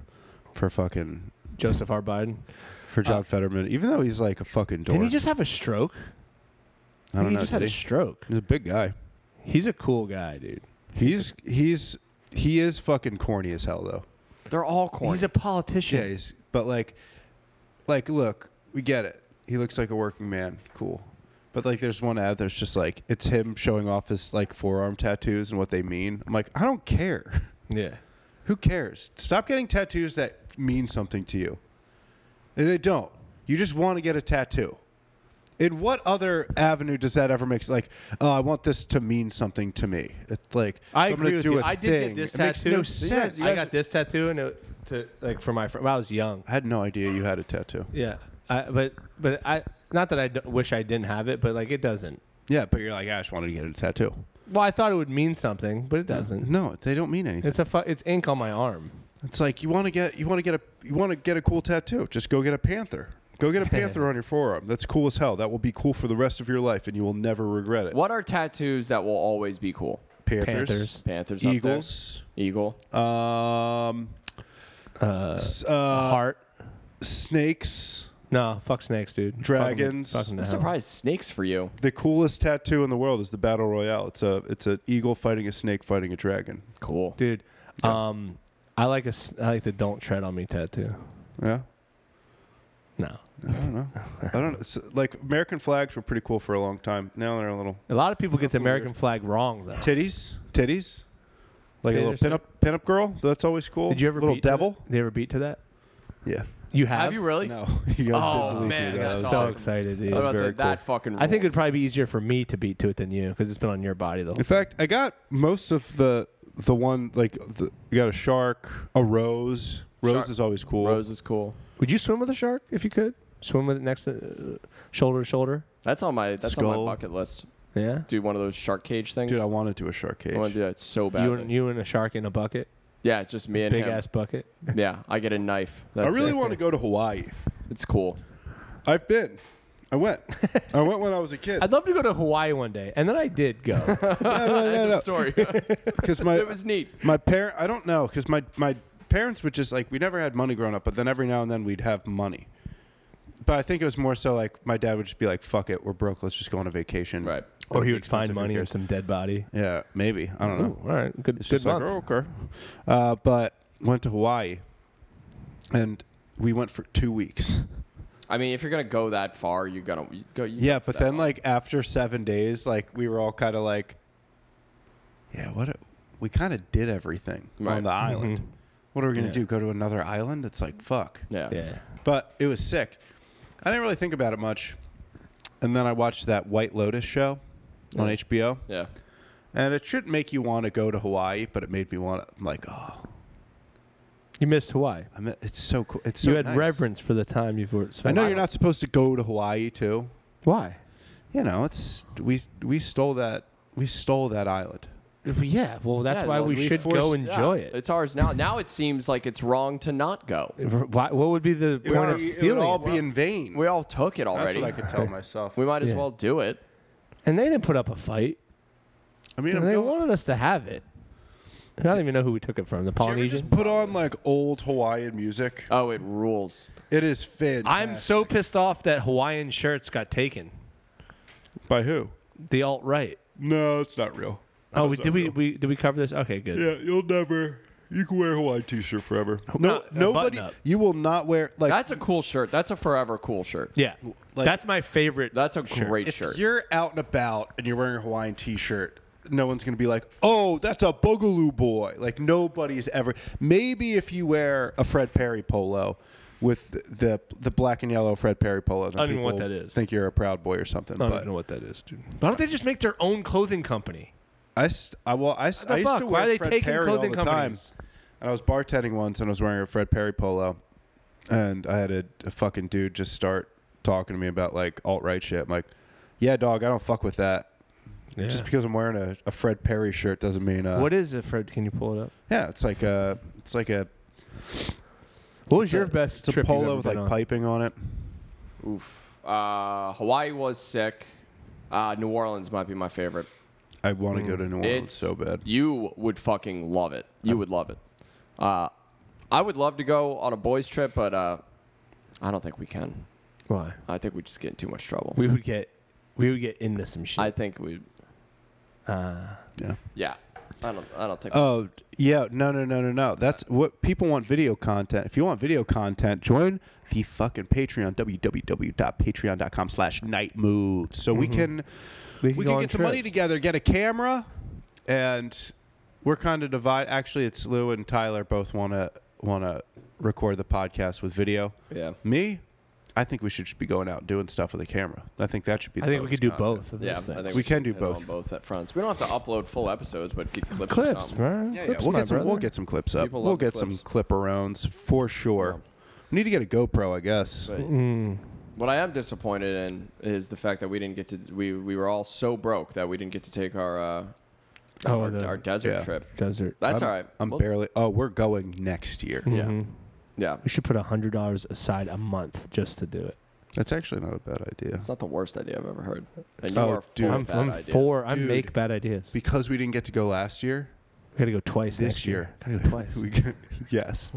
Speaker 2: for fucking
Speaker 1: Joseph R. Biden.
Speaker 2: for John Fetterman, even though he's like a fucking dork.
Speaker 1: Didn't he just have a stroke?
Speaker 2: I don't
Speaker 1: he
Speaker 2: know,
Speaker 1: just had
Speaker 2: did
Speaker 1: a
Speaker 2: he?
Speaker 1: stroke.
Speaker 2: He's a big guy.
Speaker 1: He's a cool guy, dude.
Speaker 2: He's he's he is fucking corny as hell though.
Speaker 3: they're all corny.
Speaker 1: He's a politician.
Speaker 2: Yeah, he's but like, like look, we get it. He looks like a working man, cool. But like, there's one ad that's just like it's him showing off his like forearm tattoos and what they mean. I'm like, I don't care.
Speaker 1: yeah.
Speaker 2: Who cares? Stop getting tattoos that mean something to you. And they don't. You just want to get a tattoo. In what other avenue does that ever make? Like, oh, I want this to mean something to me. It's like
Speaker 1: I
Speaker 2: so I'm gonna
Speaker 1: agree with
Speaker 2: do
Speaker 1: you.
Speaker 2: a
Speaker 1: I did
Speaker 2: thing.
Speaker 1: get this
Speaker 2: it
Speaker 1: tattoo.
Speaker 2: Makes no
Speaker 1: You guys-
Speaker 2: sense.
Speaker 1: you guys- I got this tattoo, and it, to like for my friend. Well, I was young.
Speaker 2: I had no idea you had a tattoo.
Speaker 1: Yeah, I, but but I not that I d- wish I didn't have it, but like it doesn't.
Speaker 2: Yeah, but you're like, I just wanted to get a tattoo.
Speaker 1: Well, I thought it would mean something, but it doesn't.
Speaker 2: No, they don't mean anything.
Speaker 1: It's a fu- it's ink on my arm.
Speaker 2: It's like you want to get you want to get a you want to get a cool tattoo. Just go get a panther. Go get a panther on your forearm. That's cool as hell. That will be cool for the rest of your life, and you will never regret it.
Speaker 3: what are tattoos that will always be cool?
Speaker 1: Panthers.
Speaker 3: Panthers, up there.
Speaker 2: Eagles,
Speaker 3: Eagle.
Speaker 2: um, s- uh,
Speaker 1: Heart.
Speaker 2: snakes.
Speaker 1: No, fuck snakes, dude. Fuck 'em.
Speaker 2: Dragons.
Speaker 1: Fuck 'em to
Speaker 3: I'm
Speaker 1: hell.
Speaker 3: surprised snakes for you.
Speaker 2: The coolest tattoo in the world is the battle royale. It's a it's an eagle fighting a snake fighting a dragon.
Speaker 3: Cool.
Speaker 1: dude. Um, I like a s- I like the "Don't Tread on Me" tattoo.
Speaker 2: Yeah,
Speaker 1: No,
Speaker 2: I don't know. It's, like American flags were pretty cool for a long time. Now they're a little
Speaker 1: a lot of people get the American flag wrong though.
Speaker 2: titties, titties, like
Speaker 1: Yeah,
Speaker 2: a
Speaker 1: there's
Speaker 2: little pinup pinup girl. That's always cool.
Speaker 1: Did you ever
Speaker 2: little
Speaker 1: beat
Speaker 2: devil?
Speaker 1: To that? Did you ever beat to that?
Speaker 2: Yeah.
Speaker 1: You have.
Speaker 3: Have you really?
Speaker 2: No, you guys
Speaker 3: Oh,
Speaker 2: didn't believe
Speaker 3: man,
Speaker 2: me.
Speaker 3: that's
Speaker 2: That was-
Speaker 1: So
Speaker 3: Awesome.
Speaker 1: excited, dude.
Speaker 3: I was about to say,
Speaker 2: very cool.
Speaker 3: that fucking.
Speaker 1: I think
Speaker 3: rules.
Speaker 1: it'd probably be easier for me to beat to it than you because it's been on your body the whole
Speaker 2: In fact, I got most of the the one like the, you got a shark, a rose. Rose
Speaker 3: Shark-
Speaker 2: is always cool.
Speaker 3: Rose is cool.
Speaker 1: Would you swim with a shark if you could? Swim with it next to, uh, shoulder to shoulder?
Speaker 3: That's on my that's on
Speaker 2: Skull.
Speaker 3: my bucket list.
Speaker 1: Yeah.
Speaker 3: Do one of those shark cage things.
Speaker 2: Dude, I want to do a shark cage.
Speaker 3: I want to do that so bad.
Speaker 1: You and you and a shark in a bucket,
Speaker 3: yeah, just me and
Speaker 1: big
Speaker 3: him.
Speaker 1: ass bucket.
Speaker 3: Yeah, I get a knife. That's
Speaker 2: I really
Speaker 3: it.
Speaker 2: want to go to Hawaii.
Speaker 3: It's cool.
Speaker 2: I've been. I went. I went when I was a kid.
Speaker 1: I'd love to go to Hawaii one day, and then I did go.
Speaker 2: no, no, no, no.
Speaker 3: Story. it
Speaker 2: Because my
Speaker 3: was neat.
Speaker 2: my parent. I don't know. Because my my parents would just like we never had money growing up, but then every now and then we'd have money. But I think it was more so like my dad would just be like, "Fuck it, we're broke. Let's just go on a vacation."
Speaker 3: Right.
Speaker 1: or he
Speaker 2: It'll be
Speaker 1: would find
Speaker 2: expensive, who
Speaker 1: money in
Speaker 2: cares?
Speaker 1: some dead body.
Speaker 2: Yeah, maybe. I don't
Speaker 1: Ooh,
Speaker 2: know.
Speaker 1: all right, good,
Speaker 2: It's
Speaker 1: good
Speaker 2: just like,
Speaker 1: month.
Speaker 2: "Oh, okay. Uh, but went to Hawaii, and we went for two weeks.
Speaker 3: I mean, if you're gonna go that far, you're gonna you go. You
Speaker 2: Yeah,
Speaker 3: go
Speaker 2: but
Speaker 3: that
Speaker 2: then
Speaker 3: far.
Speaker 2: like after seven days, like we were all kind of like, yeah, what? A, we kind of did everything
Speaker 3: Right. Mm-hmm.
Speaker 2: on the island. What are we gonna
Speaker 1: Yeah.
Speaker 2: do? Go to another island? It's like fuck.
Speaker 3: yeah.
Speaker 1: Yeah.
Speaker 2: But it was sick. I didn't really think about it much, and then I watched that White Lotus show on HBO,
Speaker 3: Yeah.
Speaker 2: and it should make you want to go to Hawaii, but it made me want. to, I'm like, oh,
Speaker 1: You missed Hawaii.
Speaker 2: I mean, it's so cool. It's so
Speaker 1: you had
Speaker 2: nice.
Speaker 1: reverence for the time you've wor-
Speaker 2: I
Speaker 1: spent.
Speaker 2: know you're not supposed to go to Hawaii too.
Speaker 1: Why?
Speaker 2: You know, it's we we stole that we stole that island.
Speaker 1: Yeah. Well, that's
Speaker 3: Yeah,
Speaker 1: why
Speaker 3: well,
Speaker 1: we,
Speaker 3: we
Speaker 1: should go
Speaker 2: forced-
Speaker 1: enjoy
Speaker 3: Yeah,
Speaker 1: it.
Speaker 3: It's ours now. Now it seems like it's wrong to not go.
Speaker 1: Why, what would be the
Speaker 2: It
Speaker 1: point
Speaker 2: would,
Speaker 1: of
Speaker 2: be- it would
Speaker 1: stealing?
Speaker 2: all
Speaker 1: it?
Speaker 2: be in vain.
Speaker 3: We all took it
Speaker 2: That's
Speaker 3: already.
Speaker 2: what I could tell myself.
Speaker 3: we might as
Speaker 1: Yeah.
Speaker 3: well do it.
Speaker 1: and they didn't put up a fight.
Speaker 2: I mean, I'm
Speaker 1: And they
Speaker 2: going-
Speaker 1: wanted us to have it. I don't even know who we took it from. The
Speaker 2: Jeremy
Speaker 1: Polynesian.
Speaker 2: just put on like old Hawaiian music.
Speaker 3: Oh, it rules.
Speaker 2: It is fantastic.
Speaker 1: I'm so pissed off that Hawaiian shirts got taken.
Speaker 2: by who?
Speaker 1: The alt right.
Speaker 2: No, it's not real.
Speaker 1: Oh, we,
Speaker 2: That's
Speaker 1: did
Speaker 2: not
Speaker 1: we,
Speaker 2: real.
Speaker 1: we did we cover this? Okay, good.
Speaker 2: Yeah, you'll never. You can wear a Hawaiian T-shirt forever.
Speaker 1: Uh,
Speaker 2: No,
Speaker 1: a button
Speaker 2: nobody.
Speaker 1: up.
Speaker 2: You will not wear like
Speaker 3: That's a cool shirt. That's a forever cool shirt.
Speaker 1: Yeah.
Speaker 2: Like-
Speaker 1: That's my favorite.
Speaker 3: That's a great
Speaker 2: if
Speaker 3: shirt.
Speaker 2: you're out and about and you're wearing a Hawaiian T-shirt. No one's gonna be like, "Oh, that's a Boogaloo boy." Like nobody's ever. Maybe if you wear a Fred Perry polo with the the black and yellow Fred Perry polo, then
Speaker 1: I don't even know what
Speaker 2: people
Speaker 1: that is.
Speaker 2: Think you're a proud boy or something.
Speaker 1: I don't
Speaker 2: but
Speaker 1: even know what that is, dude. Why don't they just make their own clothing company?
Speaker 2: I, st- I well, I, s-
Speaker 1: the
Speaker 2: I used
Speaker 1: fuck?
Speaker 2: to
Speaker 1: Why
Speaker 2: wear
Speaker 1: are they
Speaker 2: Fred
Speaker 1: taking
Speaker 2: Perry
Speaker 1: clothing
Speaker 2: all the time.
Speaker 1: companies?
Speaker 2: And I was bartending once, and I was wearing a Fred Perry polo, and I had a, a fucking dude just start talking to me about like alt right shit. I'm like, yeah, dog, I don't fuck with that. Just because I'm wearing a, a Fred Perry shirt doesn't mean uh,
Speaker 1: What is it, Fred? Can you pull it up?
Speaker 2: Yeah, it's like a it's like a
Speaker 1: What was your
Speaker 2: it's a-
Speaker 1: best
Speaker 2: It's a
Speaker 1: trip you've ever
Speaker 2: polo with
Speaker 1: been
Speaker 2: like
Speaker 1: on?
Speaker 2: piping on it.
Speaker 3: Oof. Uh, Hawaii was sick. Uh, New Orleans might be my favorite.
Speaker 2: I want to go to New Orleans
Speaker 3: Mm. It's
Speaker 2: Oh, so bad.
Speaker 3: You would fucking love it. You would love it. Uh, I would love to go on a boys trip, but uh, I don't think we can.
Speaker 1: Why?
Speaker 3: I think we just get in too much trouble.
Speaker 1: We would get we would get into some shit.
Speaker 3: I think we.
Speaker 2: Yeah.
Speaker 3: Yeah. I don't. I don't think.
Speaker 2: Oh d- yeah, no, no, no, no, no. That's what people want. Video content. If you want video content, join the fucking Patreon. www.patreon.com/slash night move. So we can we
Speaker 1: We can
Speaker 2: can,
Speaker 1: go Mm-hmm. on
Speaker 2: get some money
Speaker 1: trips.
Speaker 2: together, get a camera, and we're kind of divide. Actually, it's Lou and Tyler both want to want to record the podcast with video.
Speaker 3: Yeah.
Speaker 2: Me, I think we should just be going out and doing stuff with a camera. I think that should be.
Speaker 1: I
Speaker 2: The
Speaker 1: think we
Speaker 2: bonus
Speaker 1: could do
Speaker 2: content.
Speaker 1: both of
Speaker 3: yeah. I
Speaker 1: those things.
Speaker 3: think
Speaker 2: We can
Speaker 3: should
Speaker 2: do
Speaker 3: hit on
Speaker 2: both.
Speaker 3: both at fronts. We don't have to upload full episodes, but get clips. or
Speaker 1: clips,
Speaker 3: something.
Speaker 1: right?
Speaker 2: Yeah, yeah,
Speaker 1: clips,
Speaker 2: we'll
Speaker 1: my
Speaker 2: get some. We'll
Speaker 1: brother.
Speaker 2: get some clips up.
Speaker 3: People
Speaker 2: we'll
Speaker 3: love the
Speaker 2: get some clipperones for sure. We need to get a GoPro, I guess.
Speaker 3: But What I am disappointed in is the fact that we didn't get to we we were all so broke that we didn't get to take our uh,
Speaker 1: Oh,
Speaker 3: our,
Speaker 1: the-
Speaker 3: our desert
Speaker 2: yeah.
Speaker 3: trip.
Speaker 1: Desert.
Speaker 3: That's
Speaker 2: I'm,
Speaker 3: all right.
Speaker 2: I'm Mm-hmm.
Speaker 3: We'll-
Speaker 2: barely. Oh, we're going next year.
Speaker 3: Yeah. Yeah.
Speaker 1: We should put a hundred dollars aside a month just to do it.
Speaker 2: That's actually not a bad idea.
Speaker 3: It's not the worst idea I've ever heard. And you
Speaker 2: Oh,
Speaker 3: are
Speaker 2: dude.
Speaker 3: for
Speaker 1: I'm,
Speaker 3: bad
Speaker 1: I'm
Speaker 3: ideas.
Speaker 1: for. I
Speaker 2: Dude.
Speaker 1: make bad ideas. We
Speaker 2: Because we didn't get to go last year.
Speaker 1: gotta go twice
Speaker 2: This
Speaker 1: next year.
Speaker 2: year.
Speaker 1: Gotta go twice.
Speaker 2: We g- yes.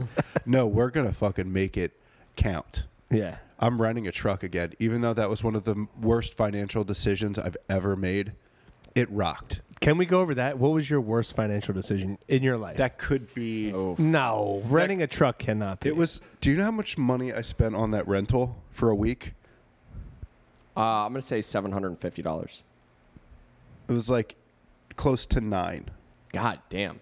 Speaker 2: no, we're gonna fucking make it count.
Speaker 1: yeah.
Speaker 2: I'm renting a truck again, even though that was one of the worst financial decisions I've ever made. It rocked.
Speaker 1: Can we go over that? What was your worst financial decision in your life?
Speaker 2: That could
Speaker 1: Oh,
Speaker 2: be.
Speaker 1: no, renting a truck cannot. Be.
Speaker 2: It was. Do you know how much money I spent on that rental for a week?
Speaker 3: Uh, I'm gonna say seven hundred and fifty dollars.
Speaker 2: It was like close to nine.
Speaker 3: God damn.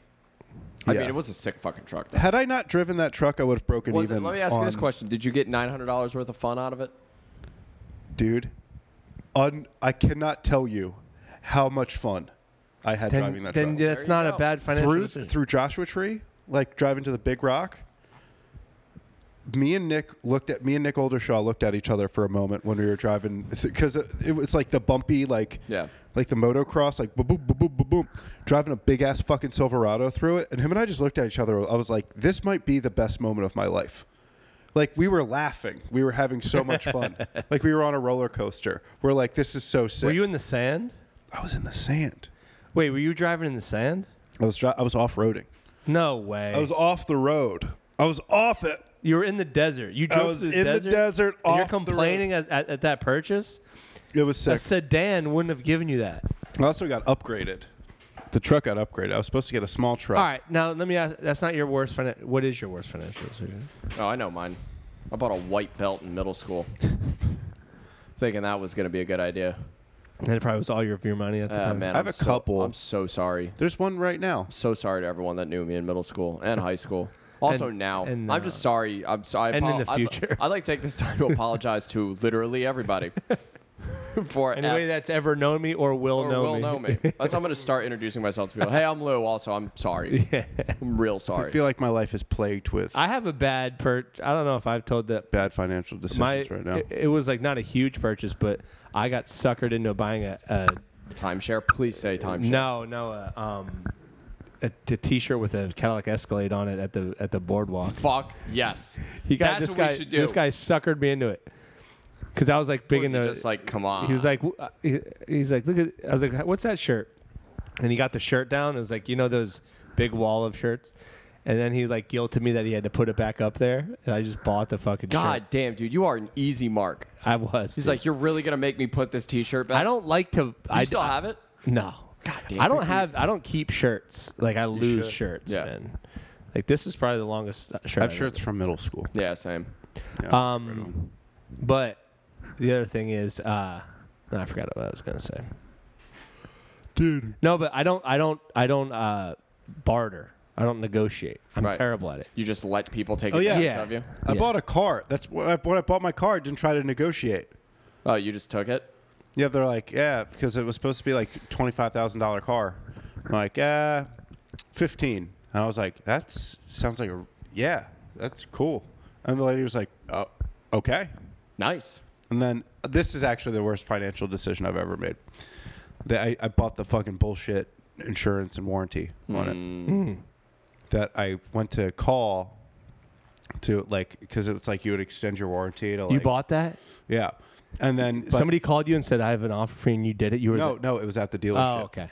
Speaker 3: I
Speaker 2: Yeah.
Speaker 3: mean, it was a sick fucking truck. Though.
Speaker 2: Had I not driven that truck, I would have broken
Speaker 3: Was it,
Speaker 2: even.
Speaker 3: let me ask you this
Speaker 2: on-
Speaker 3: question: Did you get nine hundred dollars worth of fun out of it?
Speaker 2: dude. Un- I cannot tell you how much fun I had driving
Speaker 1: then,
Speaker 2: that
Speaker 1: then
Speaker 2: truck
Speaker 1: that's
Speaker 3: you
Speaker 1: not a
Speaker 3: go.
Speaker 1: bad financial
Speaker 2: through
Speaker 1: decision.
Speaker 2: through Joshua Tree, like driving to the Big Rock. Me and Nick looked at me and Nick Oldershaw looked at each other for a moment when we were driving because it was like the bumpy like
Speaker 3: Yeah.
Speaker 2: like the motocross like boom boom boom boom boom boom driving a big ass fucking Silverado through it and him and I just looked at each other I was like this might be the best moment of my life like we were laughing we were having so much fun like we were on a roller coaster we're like this is so sick
Speaker 1: were you in the sand?
Speaker 2: I was in the sand
Speaker 1: Wait, were you driving in the sand?
Speaker 2: I was dri- I was off roading
Speaker 1: No way.
Speaker 2: I was off the road I was off it.
Speaker 1: you were in the desert. You
Speaker 2: I
Speaker 1: drove
Speaker 2: was
Speaker 1: through
Speaker 2: in the desert
Speaker 1: and you're
Speaker 2: off the road.
Speaker 1: complaining as, at, at that purchase.
Speaker 2: It was
Speaker 1: A
Speaker 2: sick.
Speaker 1: sedan wouldn't have given you that.
Speaker 2: I also got upgraded. The truck got upgraded. I was supposed to get a small truck.
Speaker 1: All right, now let me ask. That's not your worst financial. What is your worst financial decision?
Speaker 3: Oh, I know mine. I bought a white belt in middle school, thinking that was gonna be a good idea.
Speaker 1: And it probably was all your of your money at the
Speaker 3: Uh,
Speaker 1: time.
Speaker 3: man,
Speaker 2: I have
Speaker 3: I'm
Speaker 2: a
Speaker 3: so-
Speaker 2: couple.
Speaker 3: I'm so sorry.
Speaker 2: There's one right now.
Speaker 3: So sorry to everyone that knew me in middle school and high school. Also
Speaker 1: And-
Speaker 3: now,
Speaker 1: and,
Speaker 3: I'm
Speaker 1: uh,
Speaker 3: just sorry. I'm sorry.
Speaker 1: and in the future.
Speaker 3: I'd, like to take this time to apologize to literally everybody for
Speaker 1: Anybody
Speaker 3: abs-
Speaker 1: that's ever known me or will
Speaker 3: or
Speaker 1: know
Speaker 3: will
Speaker 1: me.
Speaker 3: know me. That's I'm gonna start introducing myself to people. Hey, I'm Lou. Also, I'm sorry. I'm real sorry.
Speaker 2: I feel like my life is plagued with
Speaker 1: I have a bad per. I don't know if I've told that.
Speaker 2: bad financial decisions
Speaker 1: My
Speaker 2: right now.
Speaker 1: it, it was like not a huge purchase, but I got suckered into buying a, a
Speaker 3: timeshare. Please say timeshare.
Speaker 1: no no a, um a, a t-shirt with a Cadillac Escalade on it at the at the boardwalk.
Speaker 3: Fuck yes.
Speaker 1: He got
Speaker 3: That's
Speaker 1: this
Speaker 3: what
Speaker 1: guy.
Speaker 3: we should do.
Speaker 1: This guy suckered me into it because I was like big
Speaker 3: Was he
Speaker 1: into
Speaker 3: just like come on.
Speaker 1: He was like, w- uh, he- he's like, look at. I was like, what's that shirt? And he got the shirt down. It was like, you know those big wall of shirts. And then he like guilted me that he had to put it back up there, and I just bought the fucking
Speaker 3: God
Speaker 1: shirt.
Speaker 3: damn, dude, you are an easy mark.
Speaker 1: I was.
Speaker 3: He's
Speaker 1: dude.
Speaker 3: like, you're really gonna make me put this T-shirt back.
Speaker 1: I don't like to.
Speaker 3: Do
Speaker 1: I
Speaker 3: you still have it?
Speaker 1: No.
Speaker 3: God damn
Speaker 1: I don't
Speaker 3: it.
Speaker 1: have. I don't keep shirts. Like I lose
Speaker 3: should.
Speaker 1: shirts,
Speaker 3: Yeah.
Speaker 1: man. Like this is probably the longest shirt.
Speaker 2: I have
Speaker 1: I've
Speaker 2: shirts from middle school.
Speaker 3: Yeah, same.
Speaker 1: Um, but the other thing is, uh, no, I forgot what I was gonna say. Dude. No, but I don't. I don't. I don't uh, barter. I don't negotiate. I'm
Speaker 3: Right.
Speaker 1: terrible at it.
Speaker 3: You just let people take
Speaker 2: yeah.
Speaker 3: advantage
Speaker 1: Oh, Yeah.
Speaker 3: of you.
Speaker 2: I
Speaker 1: Yeah.
Speaker 2: bought a car. That's what I, when I bought my car. I didn't try to negotiate.
Speaker 3: Oh, you just took it.
Speaker 2: Yeah, they're like, yeah, because it was supposed to be like twenty five thousand dollar car. I'm like, uh, fifteen. And I was like, that's sounds like a yeah, that's cool. And the lady was like, oh, okay.
Speaker 3: Nice.
Speaker 2: And then this is actually the worst financial decision I've ever made. That I, I bought the fucking bullshit insurance and warranty on it.
Speaker 1: Hmm.
Speaker 2: That I went to call to like because it was like you would extend your warranty to like
Speaker 1: You bought that?
Speaker 2: yeah, and then but-
Speaker 1: Somebody called you and said, "I have an offer for you," and you did it. You were
Speaker 2: no
Speaker 1: the-
Speaker 2: no it was at the dealership
Speaker 1: oh, okay.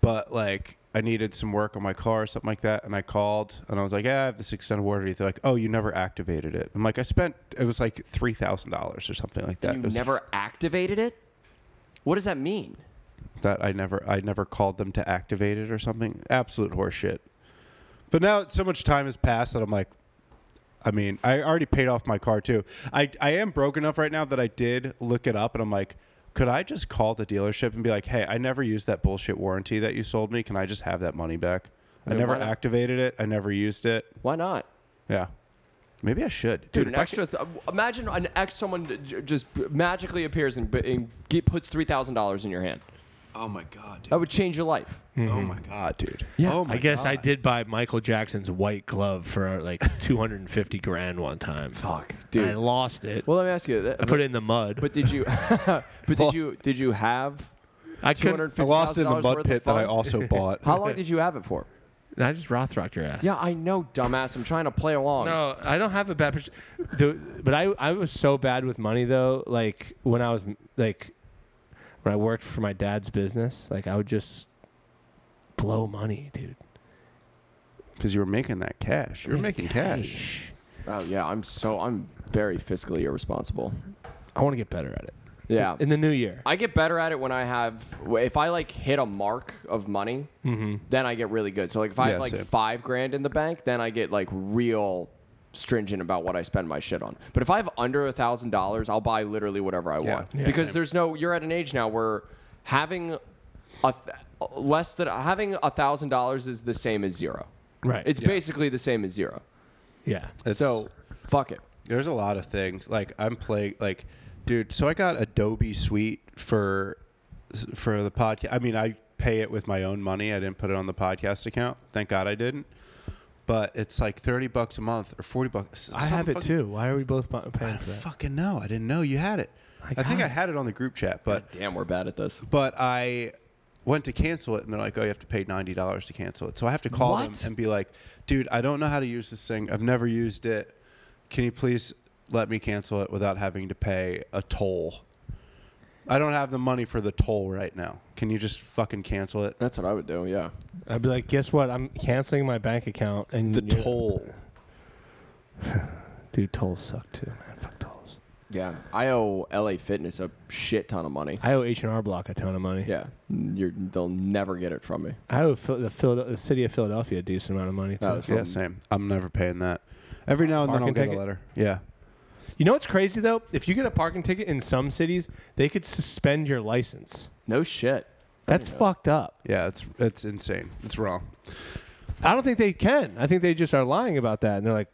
Speaker 2: but like I needed some work on my car or something like that, and I called and I was like, "Yeah, I have this extended warranty." They're like, "Oh, you never activated it." I'm like, "I spent it was like three thousand dollars or something like that."
Speaker 3: you
Speaker 2: It was-
Speaker 3: never activated it. What does that mean?
Speaker 2: that I never I never called them to activate it or something. Absolute horseshit. But now so much time has passed that I'm like, I mean, I already paid off my car too. I I am broke enough right now that I did look it up and I'm like. Could I just call the dealership and be like, "Hey, I never used that bullshit warranty that you sold me. Can I just have that money back? I
Speaker 3: Yeah,
Speaker 2: never
Speaker 3: why not?"
Speaker 2: activated it. I never used it.
Speaker 3: Why not?
Speaker 2: Yeah. Maybe I should.
Speaker 3: Dude,
Speaker 2: if
Speaker 3: an
Speaker 2: I
Speaker 3: extra. Th- imagine an ex someone j- just magically appears and, b- and get, puts three thousand dollars in your hand.
Speaker 4: Oh my god, dude.
Speaker 3: That would change your life.
Speaker 4: Oh my
Speaker 2: could-
Speaker 4: god.
Speaker 2: God, dude.
Speaker 1: Oh I guess I did buy Michael Jackson's white glove for like 250 grand one time.
Speaker 3: Fuck,
Speaker 1: I
Speaker 3: dude.
Speaker 1: lost it.
Speaker 3: well, let me ask you. That,
Speaker 1: I put it in the mud.
Speaker 3: But did you? but did you? Did you have
Speaker 1: I
Speaker 3: two
Speaker 1: couldn't.
Speaker 3: hundred
Speaker 2: I
Speaker 3: fifty
Speaker 2: lost it in
Speaker 3: thousand
Speaker 2: the
Speaker 3: dollars
Speaker 2: mud
Speaker 3: worth
Speaker 2: pit
Speaker 3: of
Speaker 2: that I
Speaker 3: fun?
Speaker 2: also bought.
Speaker 3: How long did you have it for?
Speaker 1: I just Rothrocked your ass.
Speaker 3: Yeah, I know, dumbass. I'm trying to play along.
Speaker 1: No, I don't have a bad. pers- the, but I I was so bad with money though. Like when I was like when I worked for my dad's business, like I would just blow money, dude.
Speaker 2: Because you were making that cash. You were making cash.
Speaker 1: Cash.
Speaker 3: Oh yeah, I'm so I'm very fiscally irresponsible.
Speaker 1: I want to get better at it.
Speaker 3: Yeah.
Speaker 1: In the new year.
Speaker 3: I get better at it when I have if I like hit a mark of money, then I get really good. So like if I
Speaker 2: Mm-hmm. Yeah,
Speaker 3: have like
Speaker 2: same.
Speaker 3: five grand in the bank, then I get like real stringent about what I spend my shit on. But if I have under a thousand dollars, I'll buy literally whatever I
Speaker 2: Yeah.
Speaker 3: want
Speaker 2: Yeah,
Speaker 3: because
Speaker 2: same.
Speaker 3: there's no. You're at an age now where having a th- less than having a thousand dollars is the same as zero.
Speaker 1: right.
Speaker 3: It's basically the same as zero.
Speaker 1: yeah.
Speaker 2: It's-
Speaker 3: So fuck it.
Speaker 2: there's a lot of things. Like I'm playing like dude, so I got Adobe Suite for for the podcast. I mean, I pay it with my own money. I didn't put it on the podcast account. Thank God I didn't. But it's like 30 bucks a month or 40 bucks.
Speaker 1: I have
Speaker 2: Something
Speaker 1: it too. Why are we both bu- paying for that?
Speaker 2: Fucking no. I didn't know you had it. I,
Speaker 1: got
Speaker 2: think I
Speaker 1: it.
Speaker 2: had it on the group chat, but
Speaker 3: Damn, we're bad at this.
Speaker 2: but I went to cancel it, and they're like, "Oh, you have to pay ninety dollars to cancel it." So I have to call
Speaker 3: What?
Speaker 2: them and be like, "Dude, I don't know how to use this thing. I've never used it. Can you please let me cancel it without having to pay a toll? I don't have the money for the toll right now. Can you just fucking cancel it?
Speaker 3: That's what I would do. Yeah.
Speaker 1: I'd be like, guess what? I'm canceling my bank account and
Speaker 2: The
Speaker 1: you're-
Speaker 2: toll.
Speaker 1: Dude, tolls suck too, man. Fuck tolls.
Speaker 3: Yeah. I owe LA Fitness a shit ton of money.
Speaker 1: I owe H and R Block a ton of money.
Speaker 3: Yeah, you're, they'll never get it from me.
Speaker 1: I owe Phil- the, Phil- the city of Philadelphia a decent amount of money. Too.
Speaker 3: Oh, that's
Speaker 2: Yeah, same. I'm never paying that. Every now and then I'll
Speaker 1: Parking
Speaker 2: get
Speaker 1: ticket?
Speaker 2: a letter. Yeah.
Speaker 1: You know what's crazy though? If you get a parking ticket in some cities, they could suspend your license.
Speaker 3: No shit.
Speaker 1: That's fucked up.
Speaker 2: Yeah, it's it's insane. It's wrong.
Speaker 1: I don't think they can. I think they just are lying about that, and they're like,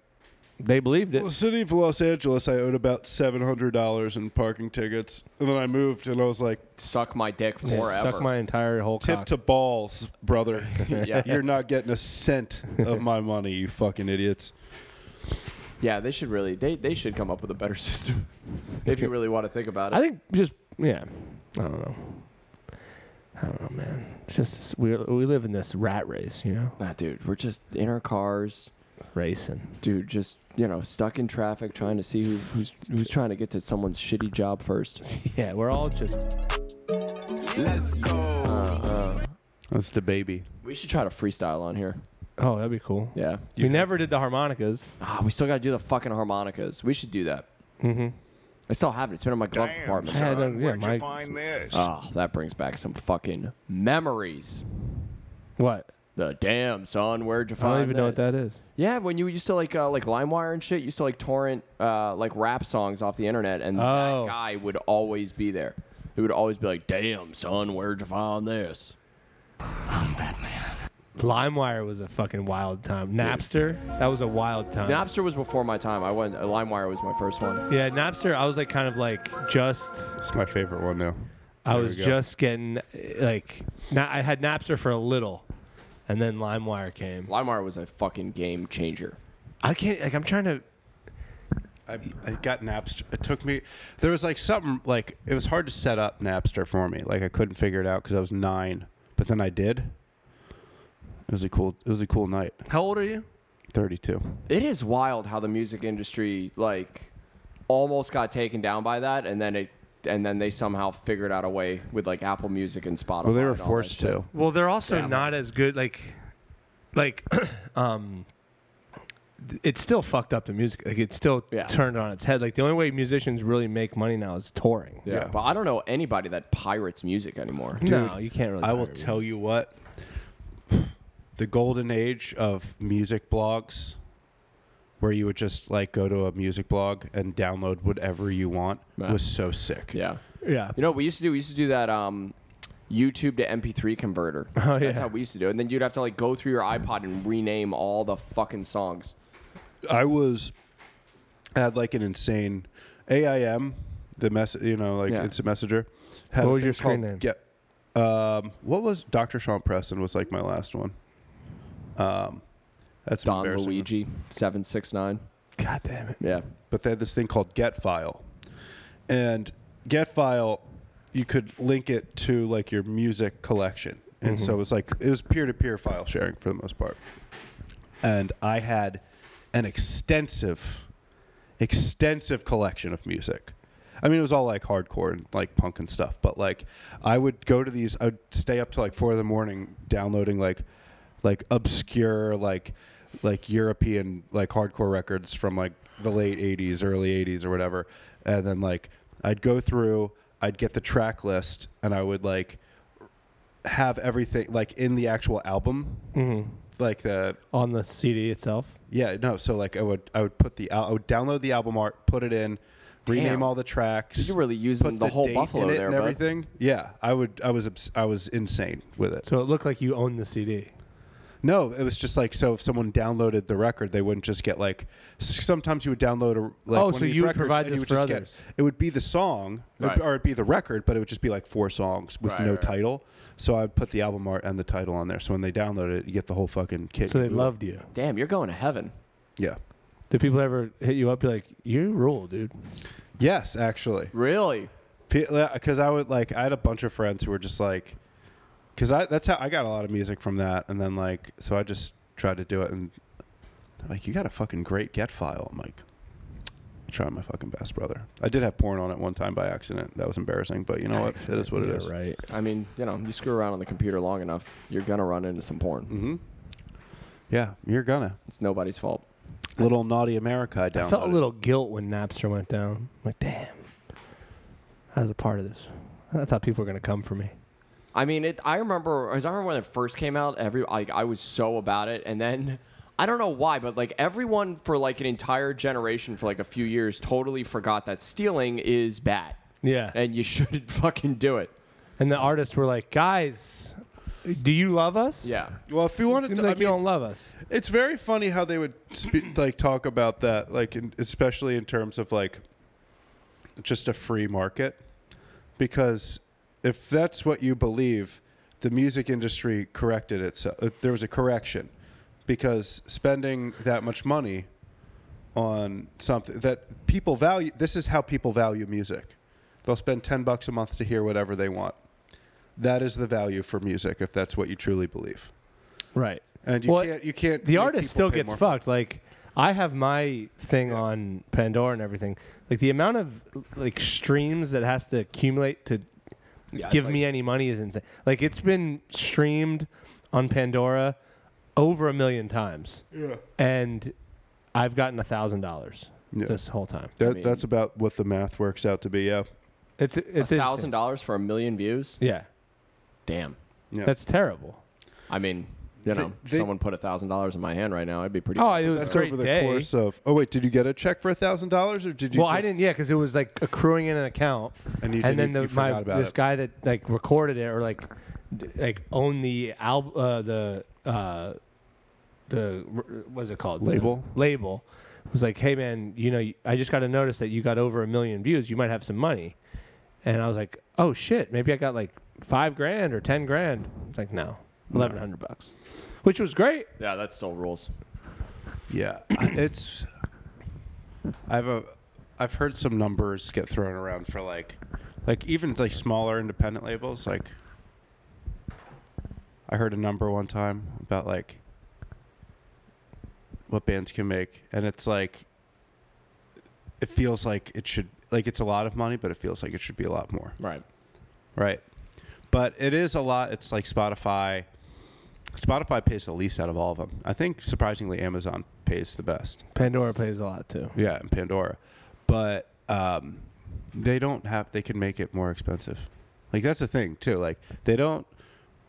Speaker 1: they believed it.
Speaker 2: The city of Los Angeles, I owed about seven hundred dollars in parking tickets, and then I moved, and I was like,
Speaker 3: Suck my dick
Speaker 1: Yeah,
Speaker 3: forever.
Speaker 1: Suck my entire whole
Speaker 2: "Tip
Speaker 1: cock.
Speaker 2: to balls, brother.
Speaker 3: Yeah.
Speaker 2: You're not getting a cent of my money, you fucking idiots."
Speaker 3: yeah, they should really. They they should come up with a better system. if you really want to think about it.
Speaker 1: I think just yeah. I don't know. I don't know, man. It's just this, we we live in this rat race, you know,
Speaker 3: Nah, dude, we're just in our cars,
Speaker 1: racing.
Speaker 3: dude. Just you know, stuck in traffic, trying to see who, who's who's trying to get to someone's shitty job first.
Speaker 1: Yeah, we're all just.
Speaker 5: Let's go.
Speaker 2: That's the baby.
Speaker 3: We should try to freestyle on here.
Speaker 1: Oh, that'd be cool.
Speaker 3: Yeah.
Speaker 1: We never did the harmonicas.
Speaker 3: Ah, we still got to do the fucking harmonicas. We should do that.
Speaker 1: Mm-hmm.
Speaker 3: I still have it. It's been in my glove
Speaker 4: Damn,
Speaker 3: compartment.
Speaker 1: Yeah, I don't-
Speaker 4: son,
Speaker 1: yeah,
Speaker 4: where'd
Speaker 1: my-
Speaker 4: you find this?
Speaker 3: Oh, that brings back some fucking memories.
Speaker 1: What?
Speaker 3: The damn son, where'd you
Speaker 1: I
Speaker 3: find?
Speaker 1: don't even know what
Speaker 3: this?
Speaker 1: that is.
Speaker 3: Yeah, when you used to like uh, like LimeWire and shit, you used to like torrent uh, like rap songs off the internet, and
Speaker 1: Oh.
Speaker 3: that guy would always be there. He would always be like, "Damn son, where'd you find this?"
Speaker 1: LimeWire was a fucking wild time. Napster, that was a wild time.
Speaker 3: Napster was before my time. I went. Uh, LimeWire was my first one.
Speaker 1: yeah, Napster. I was like kind of like just.
Speaker 2: It's my favorite one now.
Speaker 1: I
Speaker 2: There
Speaker 1: was
Speaker 2: we go.
Speaker 1: just getting uh, like. Na- I had Napster for a little, and then LimeWire came.
Speaker 3: LimeWire was a fucking game changer.
Speaker 1: I can't. Like I'm trying to.
Speaker 2: I, I got Napster. It took me. There was like something like it was hard to set up Napster for me. Like I couldn't figure it out because I was nine. But then I did. It was a cool. It was a cool night.
Speaker 1: How old are you?
Speaker 2: Thirty-two.
Speaker 3: It is wild how the music industry like almost got taken down by that, and then it and then they somehow figured out a way with like Apple Music and Spotify.
Speaker 2: Well, they were
Speaker 3: and all that
Speaker 2: forced
Speaker 3: shit.
Speaker 2: to.
Speaker 1: Well, they're also not as good. Like, like, um, th- it's still fucked up the music. Like, it's still
Speaker 3: Yeah.
Speaker 1: turned on its head. Like, the only way musicians really make money now is touring.
Speaker 3: Yeah. but I don't know anybody that pirates music anymore.
Speaker 2: Mm.
Speaker 1: no, you can't really.
Speaker 2: I will
Speaker 1: pirate
Speaker 2: tell you what. The golden age of music blogs, where you would just like go to a music blog and download whatever you want,
Speaker 3: Yeah.
Speaker 2: was so sick.
Speaker 3: Yeah.
Speaker 1: music. Yeah.
Speaker 3: You know what we used to do? We used to do that um, YouTube to MP3 converter.
Speaker 1: Oh,
Speaker 3: That's
Speaker 1: yeah.
Speaker 3: how we used to do it. And then you'd have to like go through your iPod and rename all the fucking songs.
Speaker 2: I was had like an insane AIM, the mess you know, like
Speaker 3: Yeah.
Speaker 2: it's a messenger. Had
Speaker 1: What
Speaker 2: a
Speaker 1: was your
Speaker 2: thing
Speaker 1: screen
Speaker 2: called-
Speaker 1: name?
Speaker 2: Yeah. Um, what was Dr. Sean Preston was like my last one. Um, that's an
Speaker 3: Don
Speaker 2: embarrassing one.
Speaker 3: Luigi seven six nine.
Speaker 1: God damn it.
Speaker 3: Yeah.
Speaker 2: But they had this thing called Getfile, and Getfile, you could link it to like your music collection, and so it was like it was peer to peer file sharing for the most part. And I had an extensive, extensive collection of music. I mean, it was all like hardcore and like punk and stuff, but like I would go to these, I would stay up till like four in the morning downloading like, like obscure, like, like European, like hardcore records from like the late 80s, early 80s or whatever. And then like I'd go through, I'd get the track list and I would like have everything like in the actual album, mm-hmm. like the
Speaker 1: On the CD itself.
Speaker 2: yeah, no. So like I would I would put the al- I would download the album art, put it in, rename
Speaker 3: Damn.
Speaker 2: all the tracks.
Speaker 3: You're really
Speaker 2: put
Speaker 3: using the whole
Speaker 2: date in
Speaker 3: Buffalo
Speaker 2: it
Speaker 3: there,
Speaker 2: and
Speaker 3: bud.
Speaker 2: everything. Yeah, I would I was obs- I was insane with it.
Speaker 1: So it looked like you owned the CD.
Speaker 2: No, it was just like so if someone downloaded the record, they wouldn't just get like s- sometimes you would download a like
Speaker 1: Oh,
Speaker 2: one
Speaker 1: so
Speaker 2: of these
Speaker 1: you would
Speaker 2: records
Speaker 1: provide
Speaker 2: and
Speaker 1: this
Speaker 2: would
Speaker 1: for
Speaker 2: just get-
Speaker 1: others.
Speaker 2: it would be the song it would-
Speaker 3: Right.
Speaker 2: or it'd be the record, but it would just be like four songs with
Speaker 3: Right,
Speaker 2: no
Speaker 3: right, right.
Speaker 2: title. So I'd put the album art and the title on there. So when they download it, you get the whole fucking kit.
Speaker 1: So
Speaker 2: and
Speaker 1: they
Speaker 2: caboodle.
Speaker 1: loved you.
Speaker 3: Damn, you're going to heaven.
Speaker 2: Yeah.
Speaker 1: Did people ever hit you up? Be like, you rule, dude.
Speaker 2: Yes, actually.
Speaker 3: Really?
Speaker 2: because I would like I had a bunch of friends who were just like, because I that's how I got a lot of music from that, and then like so I just tried to do it, and they're like you got a fucking great get file. I'm like, I tried my fucking best, brother. I did have porn on it one time by accident. That was embarrassing, but you know what? That is what it
Speaker 1: Yeah,
Speaker 2: is.
Speaker 1: Right.
Speaker 3: I mean, you know, you screw around on the computer long enough, you're gonna run into some porn.
Speaker 2: Mm-hmm. Yeah, you're gonna
Speaker 3: It's nobody's fault.
Speaker 2: little naughty America. I downloaded.
Speaker 1: I felt a little guilt when Napster went down. Like, damn, I was a part of this. I thought people were gonna come for me.
Speaker 3: I mean, it. I remember, 'cause I remember when it first came out. Every like, I was so about it, and then I don't know why, but like everyone for like an entire generation for like a few years totally forgot that stealing is bad,
Speaker 1: Yeah.
Speaker 3: and you shouldn't fucking do it.
Speaker 1: And the artists were like, guys, do you love us?
Speaker 2: Well, if you wanted
Speaker 1: Seems
Speaker 2: to,
Speaker 1: like
Speaker 2: I
Speaker 1: you
Speaker 2: mean,
Speaker 1: don't love us.
Speaker 2: It's very funny how they would spe- like talk about that, like in, especially in terms of like just a free market, because if that's what you believe, the music industry corrected itself. uh, There was a correction because spending that much money on something that people value. This is how people value music. They'll spend ten bucks a month to hear whatever they want. That is the value for music if that's what you truly believe.
Speaker 1: Right.
Speaker 2: And you
Speaker 1: Well,
Speaker 2: can't you can't
Speaker 1: The
Speaker 2: make
Speaker 1: artist still
Speaker 2: people pay
Speaker 1: gets
Speaker 2: more.
Speaker 1: fucked. Like, I have my thing on Pandora and everything. Like the amount of like streams that has to accumulate to
Speaker 3: Yeah, it's
Speaker 1: give
Speaker 3: like-
Speaker 1: me any money is insane. Like it's been streamed on Pandora over a million times. Yeah. And I've gotten a thousand dollars
Speaker 2: Yeah.
Speaker 1: this whole time.
Speaker 2: That,
Speaker 3: mean-
Speaker 2: that's about what the math works out to be. Yeah.
Speaker 1: It's it's insane.
Speaker 3: thousand dollars for a million views.
Speaker 1: Yeah.
Speaker 3: Damn.
Speaker 2: Yeah.
Speaker 1: That's terrible.
Speaker 3: I mean, you know, if
Speaker 2: they-
Speaker 3: someone put a thousand dollars in my hand right now, I'd be pretty.
Speaker 1: Oh, it was
Speaker 2: that's
Speaker 1: a great
Speaker 2: over the
Speaker 1: day.
Speaker 2: course of. Oh wait, did you get a check for a thousand dollars or did you?
Speaker 1: well, I
Speaker 2: just-
Speaker 1: didn't. Yeah, because it was like accruing in an account,
Speaker 2: And you didn't-
Speaker 1: then the,
Speaker 2: you forgot
Speaker 1: my
Speaker 2: about
Speaker 1: this
Speaker 2: it.
Speaker 1: guy that like recorded it or like d- like owned the album, uh, the uh, the what's it called The
Speaker 2: Label?
Speaker 1: label was like, hey man, you know, I just got a notice that you got over a million views. You might have some money, and I was like, oh shit, maybe I got like five grand or ten grand. It's like no, eleven hundred bucks, which was great.
Speaker 3: Yeah, that still rules.
Speaker 2: Yeah, it's. I've a, I've heard some numbers get thrown around for like, like even like smaller independent labels. Like, I heard a number one time about like. What bands can make, and it's like. It feels like it should like it's a lot of money, but it feels like it should be a lot more.
Speaker 3: Right.
Speaker 2: Right. But it is a lot. It's like Spotify. Spotify pays the least out of all of them. I think surprisingly, Amazon pays the best.
Speaker 1: Pandora plays a lot too.
Speaker 2: Yeah, and Pandora, but um, they don't have. They can make it more expensive. Like that's the thing too. Like they don't.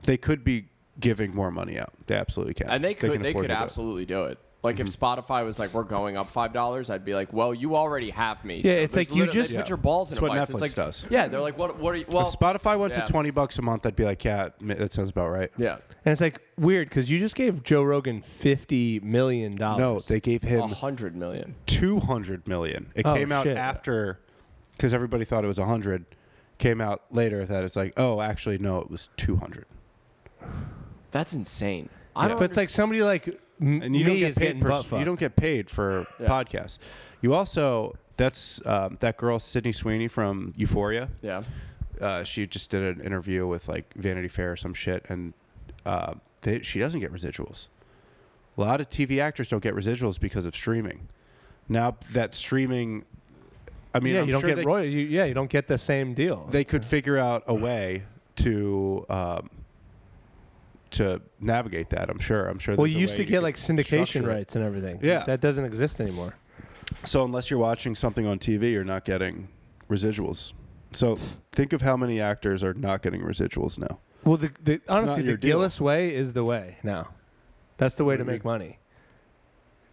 Speaker 2: They could be giving more money out. They absolutely can.
Speaker 3: And they could
Speaker 2: can
Speaker 3: they,
Speaker 2: afford to
Speaker 3: could
Speaker 2: do it. Mm-hmm.
Speaker 3: absolutely do it. Like if Spotify was like, "We're going up five dollars," I'd be like, "Well, you already have me."
Speaker 1: Yeah, it's
Speaker 3: there's
Speaker 1: like you
Speaker 3: literally-
Speaker 1: just-
Speaker 3: they put
Speaker 2: Yeah.
Speaker 3: your balls in
Speaker 2: It's
Speaker 3: a
Speaker 2: what
Speaker 3: vice.
Speaker 2: Netflix
Speaker 3: it's like,
Speaker 2: does.
Speaker 3: Yeah, they're like, "What? What are you?" Well,
Speaker 2: If Spotify went
Speaker 3: yeah.
Speaker 2: to twenty bucks a month, I'd be like, yeah, ma- that sounds about right.
Speaker 3: Yeah,
Speaker 1: And it's like weird because you just gave Joe Rogan fifty million dollars.
Speaker 2: No, they gave
Speaker 3: a
Speaker 2: him
Speaker 3: hundred million.
Speaker 2: 200 million. It
Speaker 1: Oh,
Speaker 2: came out
Speaker 1: shit.
Speaker 2: after cuz everybody thought it was 100 came out later that it's like, "Oh, actually no, it was 200."
Speaker 3: That's insane. I don't.
Speaker 1: but it's like
Speaker 3: understand-
Speaker 1: somebody like m-
Speaker 2: And you
Speaker 1: me
Speaker 2: don't get
Speaker 1: is
Speaker 2: paid
Speaker 1: getting
Speaker 2: per,
Speaker 1: butt fucked.
Speaker 2: you don't get paid for
Speaker 3: Yeah.
Speaker 2: podcasts. You also that's um, that girl Sydney Sweeney from Euphoria.
Speaker 3: yeah,
Speaker 2: Uh, she just did an interview with like Vanity Fair or some shit and uh, they, she doesn't get residuals. A lot of TV actors don't get residuals because of streaming. Now that streaming I mean,
Speaker 1: yeah,
Speaker 2: I'm
Speaker 1: you don't
Speaker 2: sure
Speaker 1: get
Speaker 2: they-
Speaker 1: royal. You, yeah, you don't get the same deal.
Speaker 2: they could figure out
Speaker 1: Hmm.
Speaker 2: a way to um, to navigate that. I'm sure. I'm sure.
Speaker 1: well,
Speaker 2: there's
Speaker 1: you
Speaker 2: a
Speaker 1: used
Speaker 2: way
Speaker 1: to get
Speaker 2: could
Speaker 1: like syndication
Speaker 2: structure it.
Speaker 1: rights and everything.
Speaker 2: Yeah.
Speaker 1: that doesn't exist anymore.
Speaker 2: So unless you're watching something on TV, you're not getting residuals. So think of how many actors are not getting residuals now.
Speaker 1: Well, the, the honestly,
Speaker 2: your
Speaker 1: the
Speaker 2: deal.
Speaker 1: Gillis way is the way now. That's the way to make money.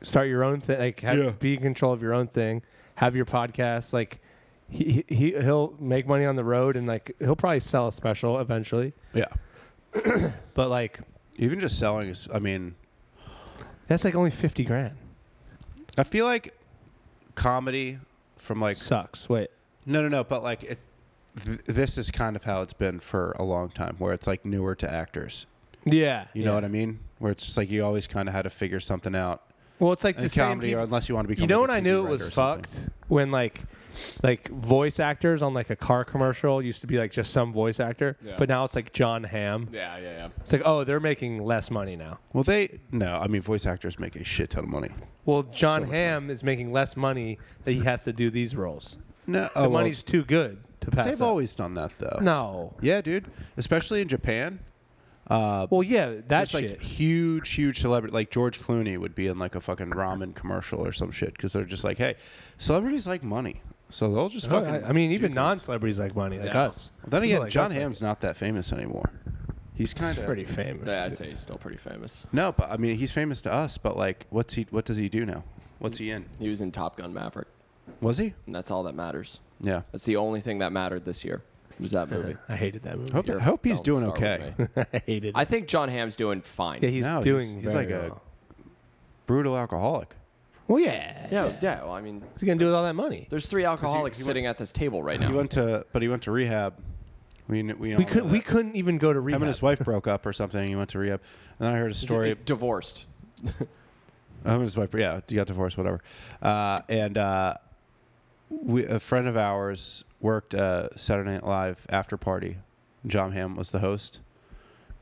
Speaker 1: Start your own thing. Like, have,
Speaker 2: Yeah.
Speaker 1: be in control of your own thing. Have your podcast. Like, he, he he'll make money on the road, and like he'll probably sell a special eventually.
Speaker 2: Yeah.
Speaker 1: But like,
Speaker 2: Even just selling is. I mean,
Speaker 1: that's like only fifty grand.
Speaker 2: I feel like comedy from like
Speaker 1: Sucks. Wait.
Speaker 2: No, no, no. But like, it, th- this is kind of how it's been for a long time, where it's like newer to actors.
Speaker 1: Yeah.
Speaker 2: You
Speaker 1: yeah.
Speaker 2: know what I mean? Where it's just like you always kind of had to figure something out.
Speaker 1: Well, it's like
Speaker 2: And
Speaker 1: the same
Speaker 2: comedy, or
Speaker 1: people.
Speaker 2: unless you want to become.
Speaker 1: You know
Speaker 2: like
Speaker 1: when
Speaker 2: a
Speaker 1: I
Speaker 2: TV
Speaker 1: knew it
Speaker 2: writer or
Speaker 1: was
Speaker 2: something.
Speaker 1: fucked when like like voice actors on like a car commercial used to be like just some voice actor,
Speaker 3: Yeah.
Speaker 1: but now it's like John Hamm.
Speaker 3: yeah, yeah, yeah.
Speaker 1: It's like oh, they're making less money now.
Speaker 2: Well, they no. I mean, voice actors make a shit ton of money.
Speaker 1: Well, John Hamm is making less money that he has to do these roles.
Speaker 2: No,
Speaker 1: The money's too good to pass.
Speaker 2: Oh, They've
Speaker 1: up.
Speaker 2: always done that though.
Speaker 1: no.
Speaker 2: Yeah, dude. Especially in Japan.
Speaker 1: Well, yeah, that
Speaker 2: It's like
Speaker 1: shit.
Speaker 2: huge, huge celebrity. Like George Clooney would be in like a fucking ramen commercial or some shit because they're just like, hey, celebrities like money, so they'll just
Speaker 1: Oh,
Speaker 2: fucking.
Speaker 1: I, I mean,
Speaker 2: do
Speaker 1: even
Speaker 2: things.
Speaker 1: non-celebrities like money, like
Speaker 3: Yeah.
Speaker 1: us.
Speaker 2: Well, then
Speaker 1: People
Speaker 2: again,
Speaker 1: like
Speaker 2: John
Speaker 1: us like
Speaker 2: Hamm's not that famous anymore. He's kind of
Speaker 1: pretty famous.
Speaker 3: yeah I'd say he's still pretty famous.
Speaker 2: No, but I mean, he's famous to us. But like, what's he? What does he do now? What's he in?
Speaker 3: He was in Top Gun Maverick,
Speaker 2: Was he?
Speaker 3: and that's all that matters.
Speaker 2: Yeah.
Speaker 3: That's the only thing that mattered this year. Was that movie?
Speaker 1: I hated that movie.
Speaker 2: Hope,
Speaker 3: You're a
Speaker 2: hope he's
Speaker 3: film
Speaker 2: doing
Speaker 3: star with
Speaker 2: okay.
Speaker 3: me.
Speaker 1: I hated. It.
Speaker 3: I think John Hamm's doing fine.
Speaker 1: yeah, he's
Speaker 2: No, he's-
Speaker 1: doing.
Speaker 2: he's
Speaker 1: very
Speaker 2: like a-
Speaker 1: well.
Speaker 2: Brutal alcoholic.
Speaker 1: Well, yeah.
Speaker 3: yeah, yeah. Well, I mean,
Speaker 1: What's he gonna do with all that money?
Speaker 3: there's three alcoholics sitting at this table right now.
Speaker 2: He went to, but he went to rehab. We kn- we, all
Speaker 1: We
Speaker 2: know
Speaker 1: could we
Speaker 2: that.
Speaker 1: couldn't even go to rehab.
Speaker 2: Him and his wife broke up or something. He went to rehab, and then I heard a story. him
Speaker 3: divorced.
Speaker 2: and his wife, yeah, he got divorced, whatever. Uh, and uh, we, a friend of ours worked a Saturday Night Live after party. John Hamm was the host,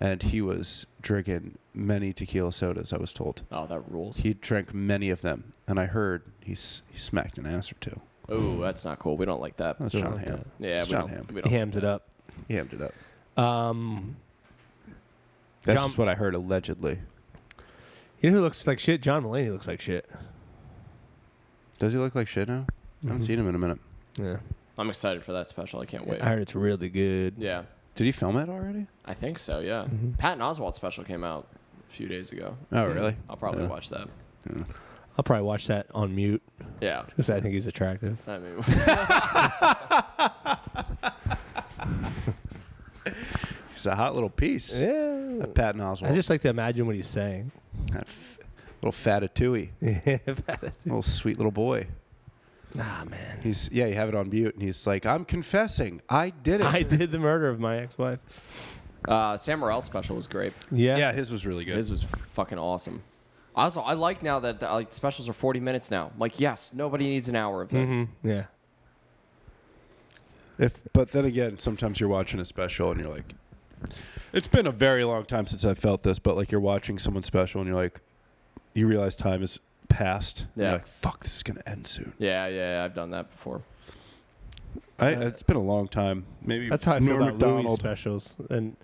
Speaker 2: and he was drinking many tequila sodas. I was told
Speaker 3: Oh, that rules.
Speaker 2: he drank many of them, and I heard he s- he smacked an ass or two.
Speaker 3: Oh, that's not cool. We don't like that.
Speaker 2: That's
Speaker 1: Something
Speaker 2: John
Speaker 1: like
Speaker 2: Hamm.
Speaker 1: that.
Speaker 3: Yeah,
Speaker 2: That's
Speaker 3: we
Speaker 2: John
Speaker 3: don't.
Speaker 2: Hamm.
Speaker 3: We
Speaker 1: He
Speaker 3: don't.
Speaker 1: hams it up.
Speaker 2: He hammed it up.
Speaker 1: Um,
Speaker 2: That's
Speaker 1: John-
Speaker 2: just what I heard allegedly.
Speaker 1: You know who looks like shit? John Mulaney looks like shit.
Speaker 2: Does he look like shit now? I
Speaker 1: Mm-hmm.
Speaker 2: haven't seen him in a minute.
Speaker 1: Yeah.
Speaker 3: I'm excited for that special. I can't wait.
Speaker 1: I heard it's really good.
Speaker 3: Yeah,
Speaker 2: Did he film it already?
Speaker 3: I think so. Yeah,
Speaker 1: Mm-hmm.
Speaker 3: Patton Oswalt special came out a few days ago.
Speaker 2: Oh, really?
Speaker 3: I'll probably
Speaker 2: Yeah.
Speaker 3: watch that.
Speaker 1: I'll probably watch that on mute
Speaker 3: Yeah,
Speaker 1: because I think he's attractive.
Speaker 3: I mean,
Speaker 2: He's a hot little piece.
Speaker 1: Yeah.
Speaker 2: Patton Oswalt.
Speaker 1: I just like to imagine what he's saying.
Speaker 2: That f- little fatatouille. little sweet little boy.
Speaker 1: nah, man.
Speaker 2: He's yeah, you have it on mute, and he's like, "I'm confessing, I did it."
Speaker 1: I did the murder of my ex-wife.
Speaker 3: uh, Sam Morrill's special was great.
Speaker 1: Yeah.
Speaker 2: yeah, his was really good.
Speaker 3: His was fucking awesome. Also, I like now that uh, like specials are 40 minutes now. I'm like, yes, nobody needs an hour of this.
Speaker 2: Mm-hmm.
Speaker 1: Yeah.
Speaker 2: If, but then again, sometimes you're watching a special, and you're like, "It's been a very long time since I felt this," but like you're watching someone special, and you're like, you realize time has passed. and
Speaker 3: Yeah.
Speaker 2: You're like, fuck, this is gonna end soon.
Speaker 3: Yeah, yeah, I've done that before.
Speaker 2: I, it's been a long time. Maybe
Speaker 1: That's how I feel
Speaker 2: Norm
Speaker 1: about Louis
Speaker 2: Macdonald.
Speaker 1: specials. And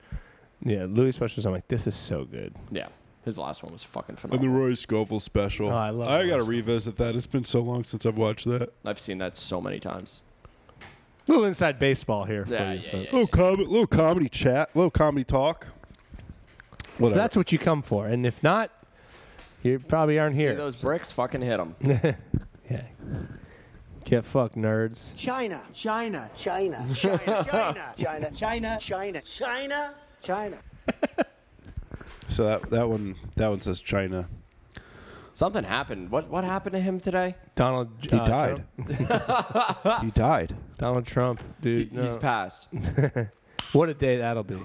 Speaker 1: yeah, Louis specials. I'm like, this is so good.
Speaker 3: Yeah, his last one was fucking
Speaker 2: and the
Speaker 3: phenomenal.
Speaker 2: Roy Scovel special.
Speaker 1: Oh, I love
Speaker 2: I
Speaker 1: Roy
Speaker 2: gotta
Speaker 1: Scovel.
Speaker 2: revisit that. It's been so long since I've watched that.
Speaker 3: I've seen that so many times.
Speaker 1: A little inside baseball here. For
Speaker 3: Yeah,
Speaker 1: you,
Speaker 3: yeah,
Speaker 1: folks.
Speaker 3: yeah.
Speaker 2: Little comedy, little comedy chat, little comedy talk. Whatever.
Speaker 1: That's what you come for. And if not, you probably aren't
Speaker 3: See
Speaker 1: here.
Speaker 3: those bricks? Fucking hit them.
Speaker 1: Yeah. Get fucked, nerds.
Speaker 10: China, China, China, China, China, China, China, China, China, China.
Speaker 2: so that that one that one says China.
Speaker 3: Something happened. What what happened to him today?
Speaker 1: Donald. He
Speaker 2: died. You died.
Speaker 1: Donald Trump, dude.
Speaker 3: He's Oh
Speaker 1: no.
Speaker 3: passed.
Speaker 1: what a day that'll be.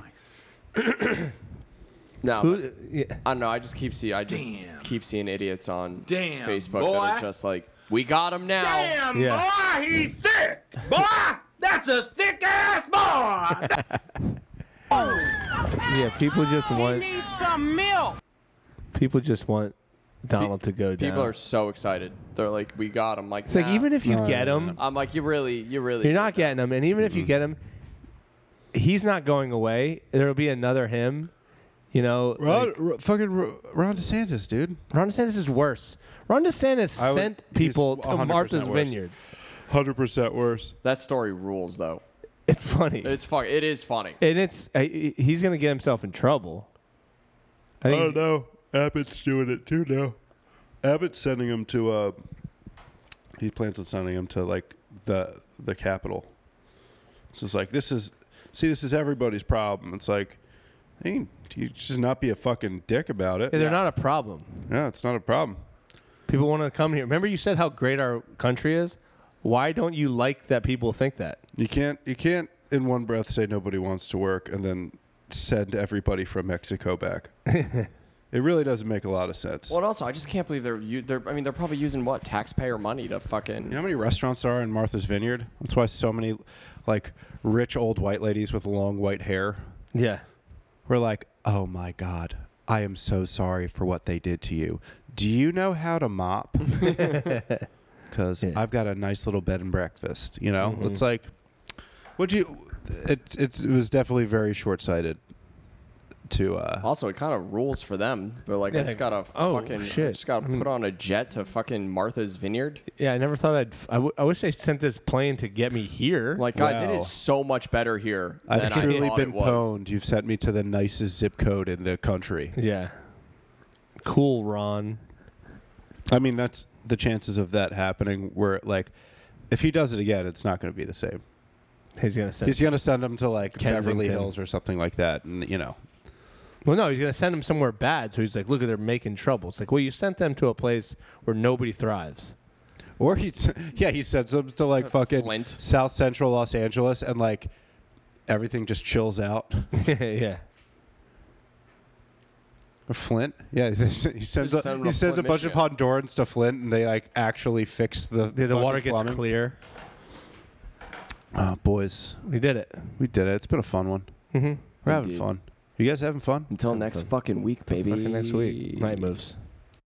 Speaker 3: No, but-
Speaker 1: Who, yeah.
Speaker 3: I don't know. I just keep see. I just keep seeing idiots on
Speaker 5: Damn,
Speaker 3: Facebook that are
Speaker 5: boy.
Speaker 3: just like, "We got him now."
Speaker 1: uh, Yeah.
Speaker 5: boy, he's thick. Boy, that's a thick ass boy.
Speaker 1: yeah, people just want
Speaker 5: some milk.
Speaker 1: people just want Donald to go down.
Speaker 3: People are so excited. They're like, "We got him." Like,
Speaker 1: It's like
Speaker 3: nah.
Speaker 1: even if you get him,
Speaker 3: I'm like, you really, you really,
Speaker 1: you're not getting him, and even if you get him, he's not going away. There'll be another him. You know,
Speaker 2: Ron,
Speaker 1: like-
Speaker 2: Ro- fucking Ro- Ron DeSantis, dude.
Speaker 1: Ron DeSantis is worse. Ron DeSantis
Speaker 2: I would-
Speaker 1: sent
Speaker 2: he's
Speaker 1: people to
Speaker 2: 100%
Speaker 1: Martha's
Speaker 2: worse.
Speaker 1: Vineyard.
Speaker 2: Hundred percent worse.
Speaker 3: That story rules, though.
Speaker 1: It's funny,
Speaker 3: It's fuck. It is funny.
Speaker 1: and it's I- I, he's gonna get himself in trouble. I
Speaker 2: I
Speaker 1: think
Speaker 2: don't
Speaker 1: he's-
Speaker 2: know. Abbott's doing it too now. Abbott's sending him to. Uh, he plans on sending him to like the the capital. So it's like this is see this is everybody's problem. It's like. You can- you just not be a fucking dick about it.
Speaker 1: yeah, they're not a problem.
Speaker 2: Yeah, it's not a problem.
Speaker 1: People want to come here. Remember, you said how great our country is. Why don't you like that people think that?
Speaker 2: You can't you can't in one breath say nobody wants to work and then send everybody from Mexico back. it really doesn't make a lot of sense.
Speaker 3: Well, and also, I just can't believe they're you. They're. I mean, they're probably using what taxpayer money to fucking.
Speaker 2: you know how many restaurants there are in Martha's Vineyard? That's why so many like rich old white ladies with long white hair
Speaker 1: Yeah,
Speaker 2: were like, "Oh my god, I am so sorry for what they did to you. Do you know how to mop?" Cuz I've got a nice little bed and breakfast, you know? It's like would you it, it's it was definitely very short-sighted to uh
Speaker 3: Also, it kind of rules for them. They're like, I
Speaker 1: Yeah.
Speaker 3: just gotta
Speaker 1: Oh,
Speaker 3: fucking, I
Speaker 1: shit.
Speaker 3: just gotta put on a jet to fucking Martha's Vineyard.
Speaker 1: yeah. I never thought I'd. f- I, w- I wish they sent this plane to get me here.
Speaker 3: Like, guys, it
Speaker 2: Wow.
Speaker 3: is so much better here than
Speaker 2: I've truly
Speaker 3: I thought
Speaker 2: been
Speaker 3: it was.
Speaker 2: pwned. You've sent me to the nicest zip code in the country.
Speaker 1: yeah, cool, Ron.
Speaker 2: I mean, that's the chances of that happening. Where like, if he does it again, it's not going to be the same.
Speaker 1: He's gonna send.
Speaker 2: He's going to send him to like Beverly
Speaker 1: Kensington.
Speaker 2: Hills or something like that, and you know,
Speaker 1: Well, no, he's going to send them somewhere bad. So he's like, look, they're making trouble. It's like, well, you sent them to a place where nobody thrives.
Speaker 2: or he, s- yeah, he sends him to like fucking
Speaker 3: Uh, Flint.
Speaker 2: South Central Los Angeles, and like everything just chills out.
Speaker 1: yeah.
Speaker 2: Or Flint, yeah, he sends
Speaker 3: Just
Speaker 2: a,
Speaker 3: send him
Speaker 2: he
Speaker 3: to
Speaker 2: sends a
Speaker 3: Flint,
Speaker 2: bunch of Hondurans to Flint, and they like actually fix the
Speaker 1: The, the
Speaker 2: fucking
Speaker 1: water gets
Speaker 2: plumbing.
Speaker 1: clear.
Speaker 2: Oh, boys,
Speaker 1: We did it.
Speaker 2: we did it. It's been a fun one.
Speaker 1: Mm-hmm.
Speaker 2: We're having
Speaker 3: Indeed.
Speaker 2: fun. You guys having fun?
Speaker 3: Until next fucking week, baby.
Speaker 1: Fucking next week. Night moves.